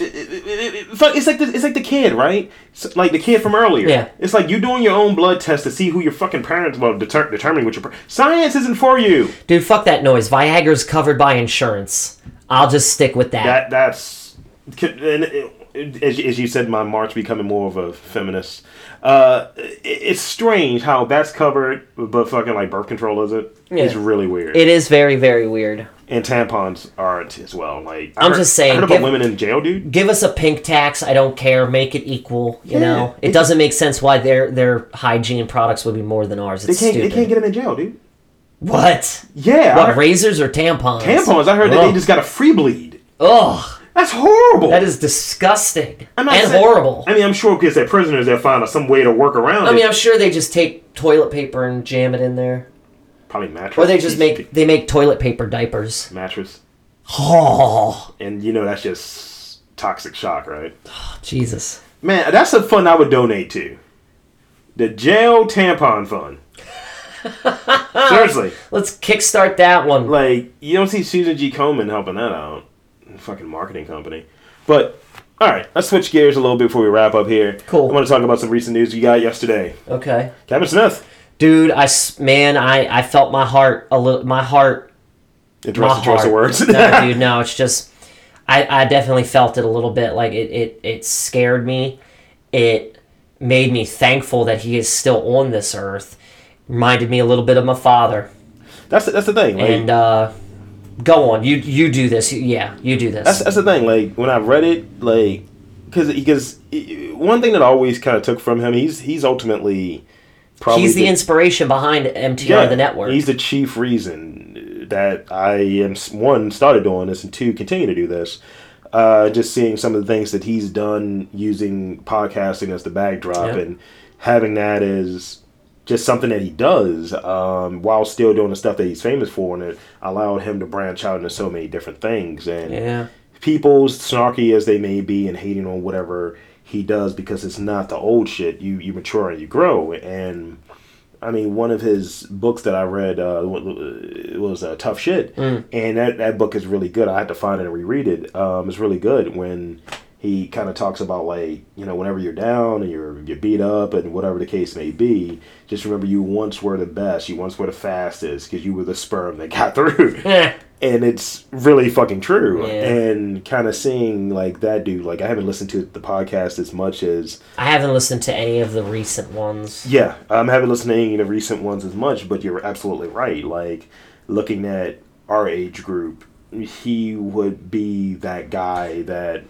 It- it- it- it- Fuck, it's like the, it's like the kid, right? S- like the kid from earlier.
Yeah.
It's like you doing your own blood test to see who your fucking parents. Well, deter- determining what your par- science isn't for you.
Dude, fuck that noise. Viagra's covered by insurance. I'll just stick with that.
That that's and it- as, as you said, my march becoming more of a feminist. Uh, it- it's strange how that's covered, but fucking like birth control is it? It's
Yeah.
really weird.
it is very, very weird.
and tampons aren't as well. Like I
I'm just saying,
I heard about
give-
women in jail, dude.
Give us a pink tax. I don't care. Make it equal. You know, it doesn't make sense why their their hygiene products would be more than ours.
They
It's
can't.
stupid.
They can't get them in jail, dude.
what?
Yeah, I
What
heard-
razors or tampons?
tampons. I heard that
Ugh.
they just got a free bleed.
Ugh.
That's horrible.
That is disgusting
I'm
and
not saying-
horrible.
I mean, I'm sure because they're prisoners, they'll find some way to work around
I mean,
it.
I'm sure they just take toilet paper and jam it in there.
probably mattress.
Or they
He's-
just make they make toilet paper diapers.
mattress,
Oh,
and you know that's just toxic shock, right?
Jesus.
Man, that's a fund I would donate to. The jail tampon fund. Seriously,
Let's kickstart that one.
like you don't see Susan G. Komen helping that out, fucking marketing company. But all right, let's switch gears a little bit before we wrap up here.
Cool.
I want to talk about some recent news we got yesterday.
Okay.
Kevin Smith
Dude, I s- man, I I felt my heart a little my heart
Interesting
My
choice of
heart.
words.
no, dude, no. It's just, I, I definitely felt it a little bit. Like it, it, it scared me. It made me thankful that he is still on this earth. Reminded me a little bit of my father.
that's the, that's the thing. Like,
And uh, go on, you you do this. Yeah, you do this.
that's that's the thing. Like when I read it, like because because one thing that I always kind of took from him, he's he's ultimately probably
He's the inspiration behind MTR the network.
He's the chief reason that I am one started doing this and two continue to do this. Uh, just seeing some of the things that he's done using podcasting as the backdrop
Yep.
and having that as just something that he does um, while still doing the stuff that he's famous for, and it allowed him to branch out into so many different things. And
yeah,
people snarky as they may be and hating on whatever he does because it's not the old shit you you mature and you grow and i mean one of his books that i read uh, wa- wa- was uh, tough shit and that, that book is really good i had to find it and reread it um, it's really good when he kind of talks about like you know whenever you're down and you're you're beat up and whatever the case may be just remember you once were the best you once were the fastest because you were the sperm that got through
Eh,
and it's really fucking true
Yeah.
and kind of seeing like that dude like i haven't listened to the podcast as much as
I haven't listened to any of the recent ones.
yeah um, i haven't listened to any of the recent ones as much but you're absolutely right like looking at our age group he would be that guy that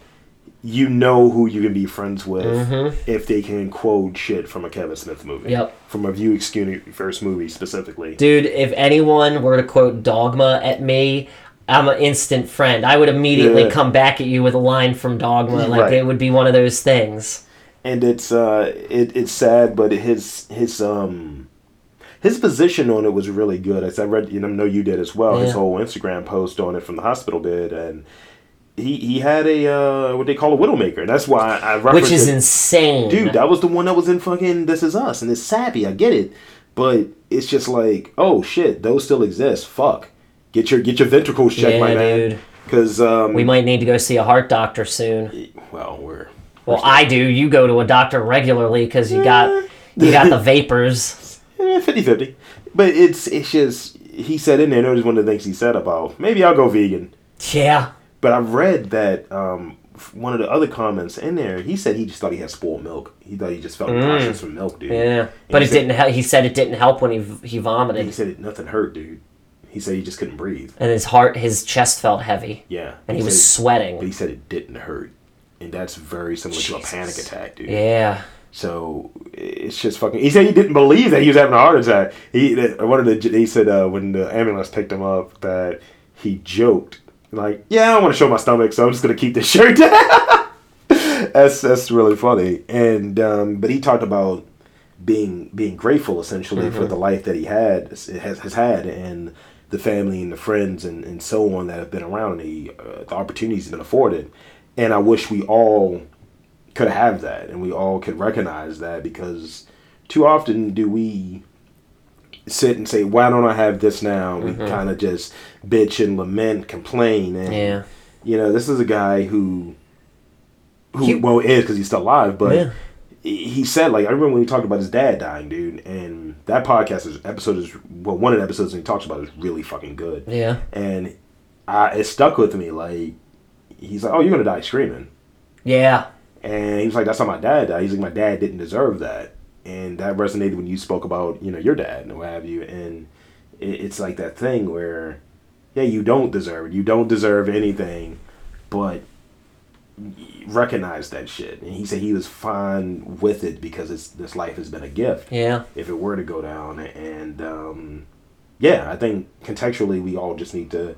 you know who you can be friends with if they can quote shit from a kevin smith movie
Yep.
from a view universe movie specifically
Dude, if anyone were to quote Dogma at me, I'm an instant friend. I would immediately
Yeah.
come back at you with a line from Dogma. Like
Right.
it would be one of those things.
and it's uh it, it's sad but his his um his position on it was really good as i read and i know you did as well his
Yeah.
whole instagram post on it from the hospital did and he he had a uh what they call a widowmaker and that's why i referenced
Which is
it.
insane.
dude that was the one that was in fucking this is us and it's sappy i get it but it's just like oh shit those still exist fuck get your get your ventricles checked my
Yeah,
man
dude.
because um
we might need to go see a heart doctor soon.
well we're
Well, I do. You go to a doctor regularly because you
Eh.
got you got the vapors.
50 50. Eh, But it's it's just, he said in there, and it was one of the things he said about maybe I'll go vegan.
Yeah.
But I've read that um, f- one of the other comments in there, he said he just thought he had spoiled milk. He thought he just felt nauseous from milk, dude.
Mm. Yeah. But
he
it
said-
didn't help. He said it didn't help when he v-
He
he vomited
said it, nothing hurt, dude. He said he just couldn't breathe.
and his heart his chest felt heavy
Yeah.
and he was
said- But
sweating.
he said it didn't hurt. And that's very similar to a
Jesus.
panic attack, dude.
Yeah.
So it's just fucking. He said he didn't believe that he was having a heart attack. He that- one of the he said uh, when the ambulance picked him up that he joked like, "Yeah, I don't want to show my stomach, so I'm just gonna keep this shirt down." that's that's really funny. And um, but he talked about being being grateful essentially for the life that he had has, has had and the family and the friends and, and so on that have been around and he, uh, the opportunities have been afforded and i wish we all could have that and we all could recognize that because too often do we sit and say why don't i have this now we kind of just bitch and lament complain and
Yeah.
you know this is a guy who who
He-
well is because he's still alive but
Yeah.
he he said like I remember when we talked about his dad dying, dude, and that podcast is episode is well one of the episodes he talks about is really fucking good.
Yeah.
And I it stuck with me like he's like, oh, you're gonna die screaming,
Yeah.
and he was like, that's how my dad died. He's like, my dad didn't deserve that, and that resonated when you spoke about you know your dad and what have you, and it, it's like that thing where yeah, you don't deserve it, you don't deserve anything, but recognize that shit and he said he was fine with it because it's this life has been a gift
Yeah.
if it were to go down. And um, yeah, I think contextually we all just need to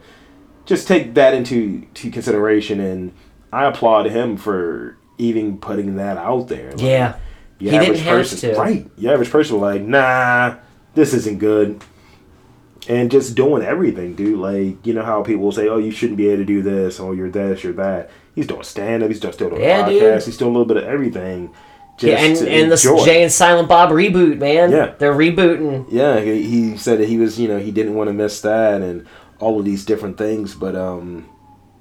just take that into to consideration. And I applaud him for even putting that out there. Like,
Yeah.
your
He
average
didn't have
person,
to.
right? Your average person, like, nah, this isn't good. and just doing everything, dude. Like you know how people will say, "Oh, you shouldn't be able to do this," or "You're this," "You're that." He's doing stand up. He's just still doing
Yeah,
podcasts.
dude.
He's doing a little bit of everything. Just
Yeah, and
to
and the
enjoy.
Jay and Silent Bob reboot, man.
Yeah.
they're rebooting.
yeah, he, he said that he was you know he didn't want to miss that and all of these different things, but um,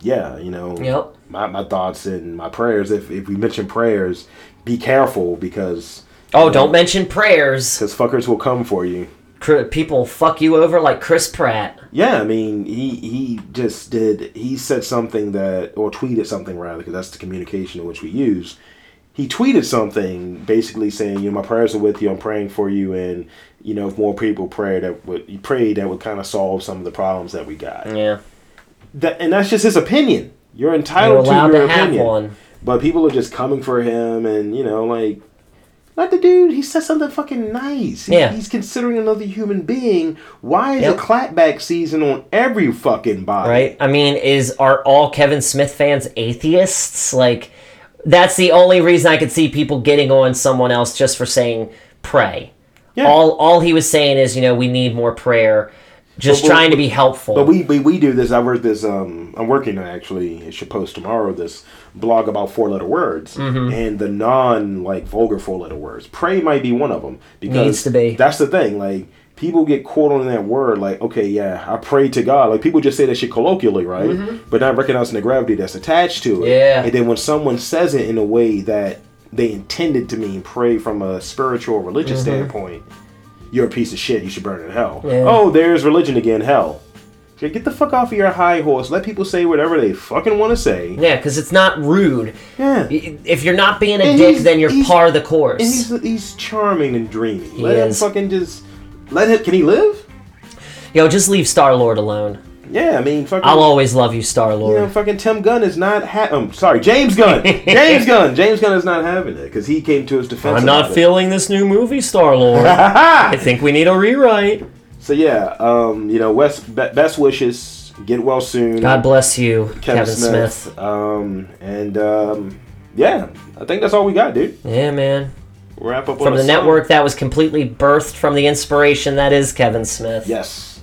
yeah, you know,
Yep.
my my thoughts and my prayers. If if we mention prayers, be careful because
Oh, don't mention prayers.
because fuckers will come for you.
Cr- People fuck you over like Chris Pratt.
Yeah, I mean, he he just did. He said something that, or tweeted something rather, because that's the communication in which we use. He tweeted something basically saying, "You know, my prayers are with you. I'm praying for you, and you know, if more people pray that would you pray that would kind of solve some of the problems that we got."
Yeah,
That, and that's just his opinion. You're
you're
entitled
allowed
to your
to have
opinion,
one.
but people are just coming for him, and you know, like. Not the dude. He said something fucking nice. He-
Yeah.
He's considering another human being. Why is
Yep.
a clapback season on every fucking body?
Right? I mean, is are all Kevin Smith fans atheists? Like that's the only reason I could see people getting on someone else just for saying pray.
Yeah.
All all he was saying is, you know, we need more prayer. Just
But- but-
trying to be helpful.
But we, we we do this. I work this. Um, I'm working on actually. It should post tomorrow. This blog about four letter words
Mm-hmm.
and the non like vulgar four letter words. Pray might be one of them because
Needs to be.
That's the thing. Like people get caught on that word. Like okay, yeah, I pray to God. Like people just say that shit colloquially, right? But not recognizing the gravity that's attached to it.
Mm-hmm. Yeah.
And then when someone says it in a way that they intended to mean pray from a spiritual religious
Mm-hmm.
standpoint, you're a piece of shit. You should burn in hell.
Yeah.
Oh, there's religion again. Hell. Okay, Get the fuck off of your high horse. Let people say whatever they fucking want to say.
yeah, because it's not rude.
Yeah. And
I- If you're not being a
And
dick,
he's-
then you're
he's-
par the course.
he's he's charming and dreamy. let
is.
him fucking just let him. Can he live?
Yo, just leave Star Lord alone.
Yeah, I mean, fucking.
I'll always love you, Star
you know,
Lord.
fucking Tim Gunn is not ha- um, sorry, James Gunn. James Gunn. James Gunn is not having it because he came to his defense.
I'm not
about it.
feeling this new movie, Star Lord. I think we need a rewrite.
So yeah, um, you know, West, be- best wishes. Get well soon.
God bless you, Kevin,
Kevin,
Smith.
Smith. Um, and um, yeah, I think that's all we got, dude.
Yeah, man.
Wrap up on
From
a
the
song.
network that was completely birthed from the inspiration that is Kevin Smith.
Yes,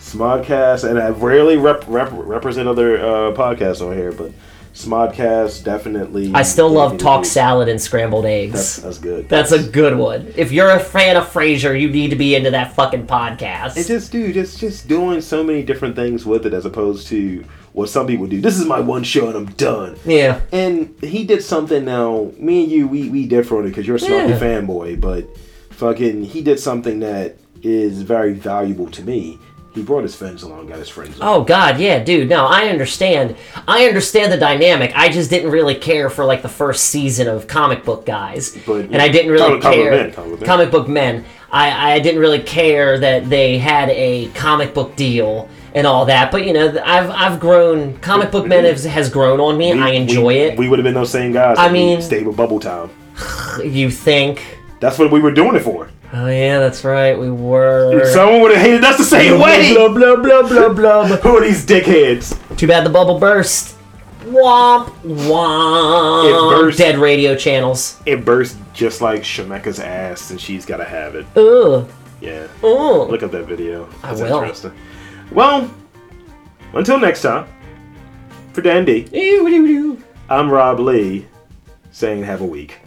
Smodcast, and I rarely rep, rep, represent other uh, podcasts on here, but Smodcast definitely.
I still love Talk
Sound.
Salad and Scrambled
That's, uh,
Eggs.
that's good.
That's a good one. If you're a fan of Frasier, you need to be into that fucking podcast.
It's just, dude, just just doing so many different things with it as opposed to what some people do. This is my one show and I'm done.
yeah.
And he did something. Now, me and you, we we differ on it because you're a snarky
Yeah.
fanboy, but fucking, he did something that is very valuable to me. He brought his friends along, got his friends. along.
Oh God, yeah, dude. No, I understand. I understand the dynamic. I just didn't really care for like the first season of comic book guys,
But-
and I didn't really
Comic- comic
care.
men, comic men.
book men. I, I didn't really care that they had a comic book deal and all that. But you know, th- I've I've grown. Comic book men has, has grown on me. I enjoy
we,
it.
We would have been those same guys.
I
if we
mean-
stayed with Bubble Time.
you think?
That's what we were doing it for.
Oh yeah, that's right. We were.
Someone would have hated us the same way.
Blub blub blub blub blub.
Who are these dickheads?
Too bad the bubble burst. Womp womp.
It burst.
Dead radio channels.
It burst just like Shemeka's ass, and she's gotta have it.
Ugh.
Yeah.
Ugh.
Look up that video.
I
It's
will.
Interesting. Well, until next time, for Dandy,
Ew, doo, doo.
I'm Rob Lee, saying have a week.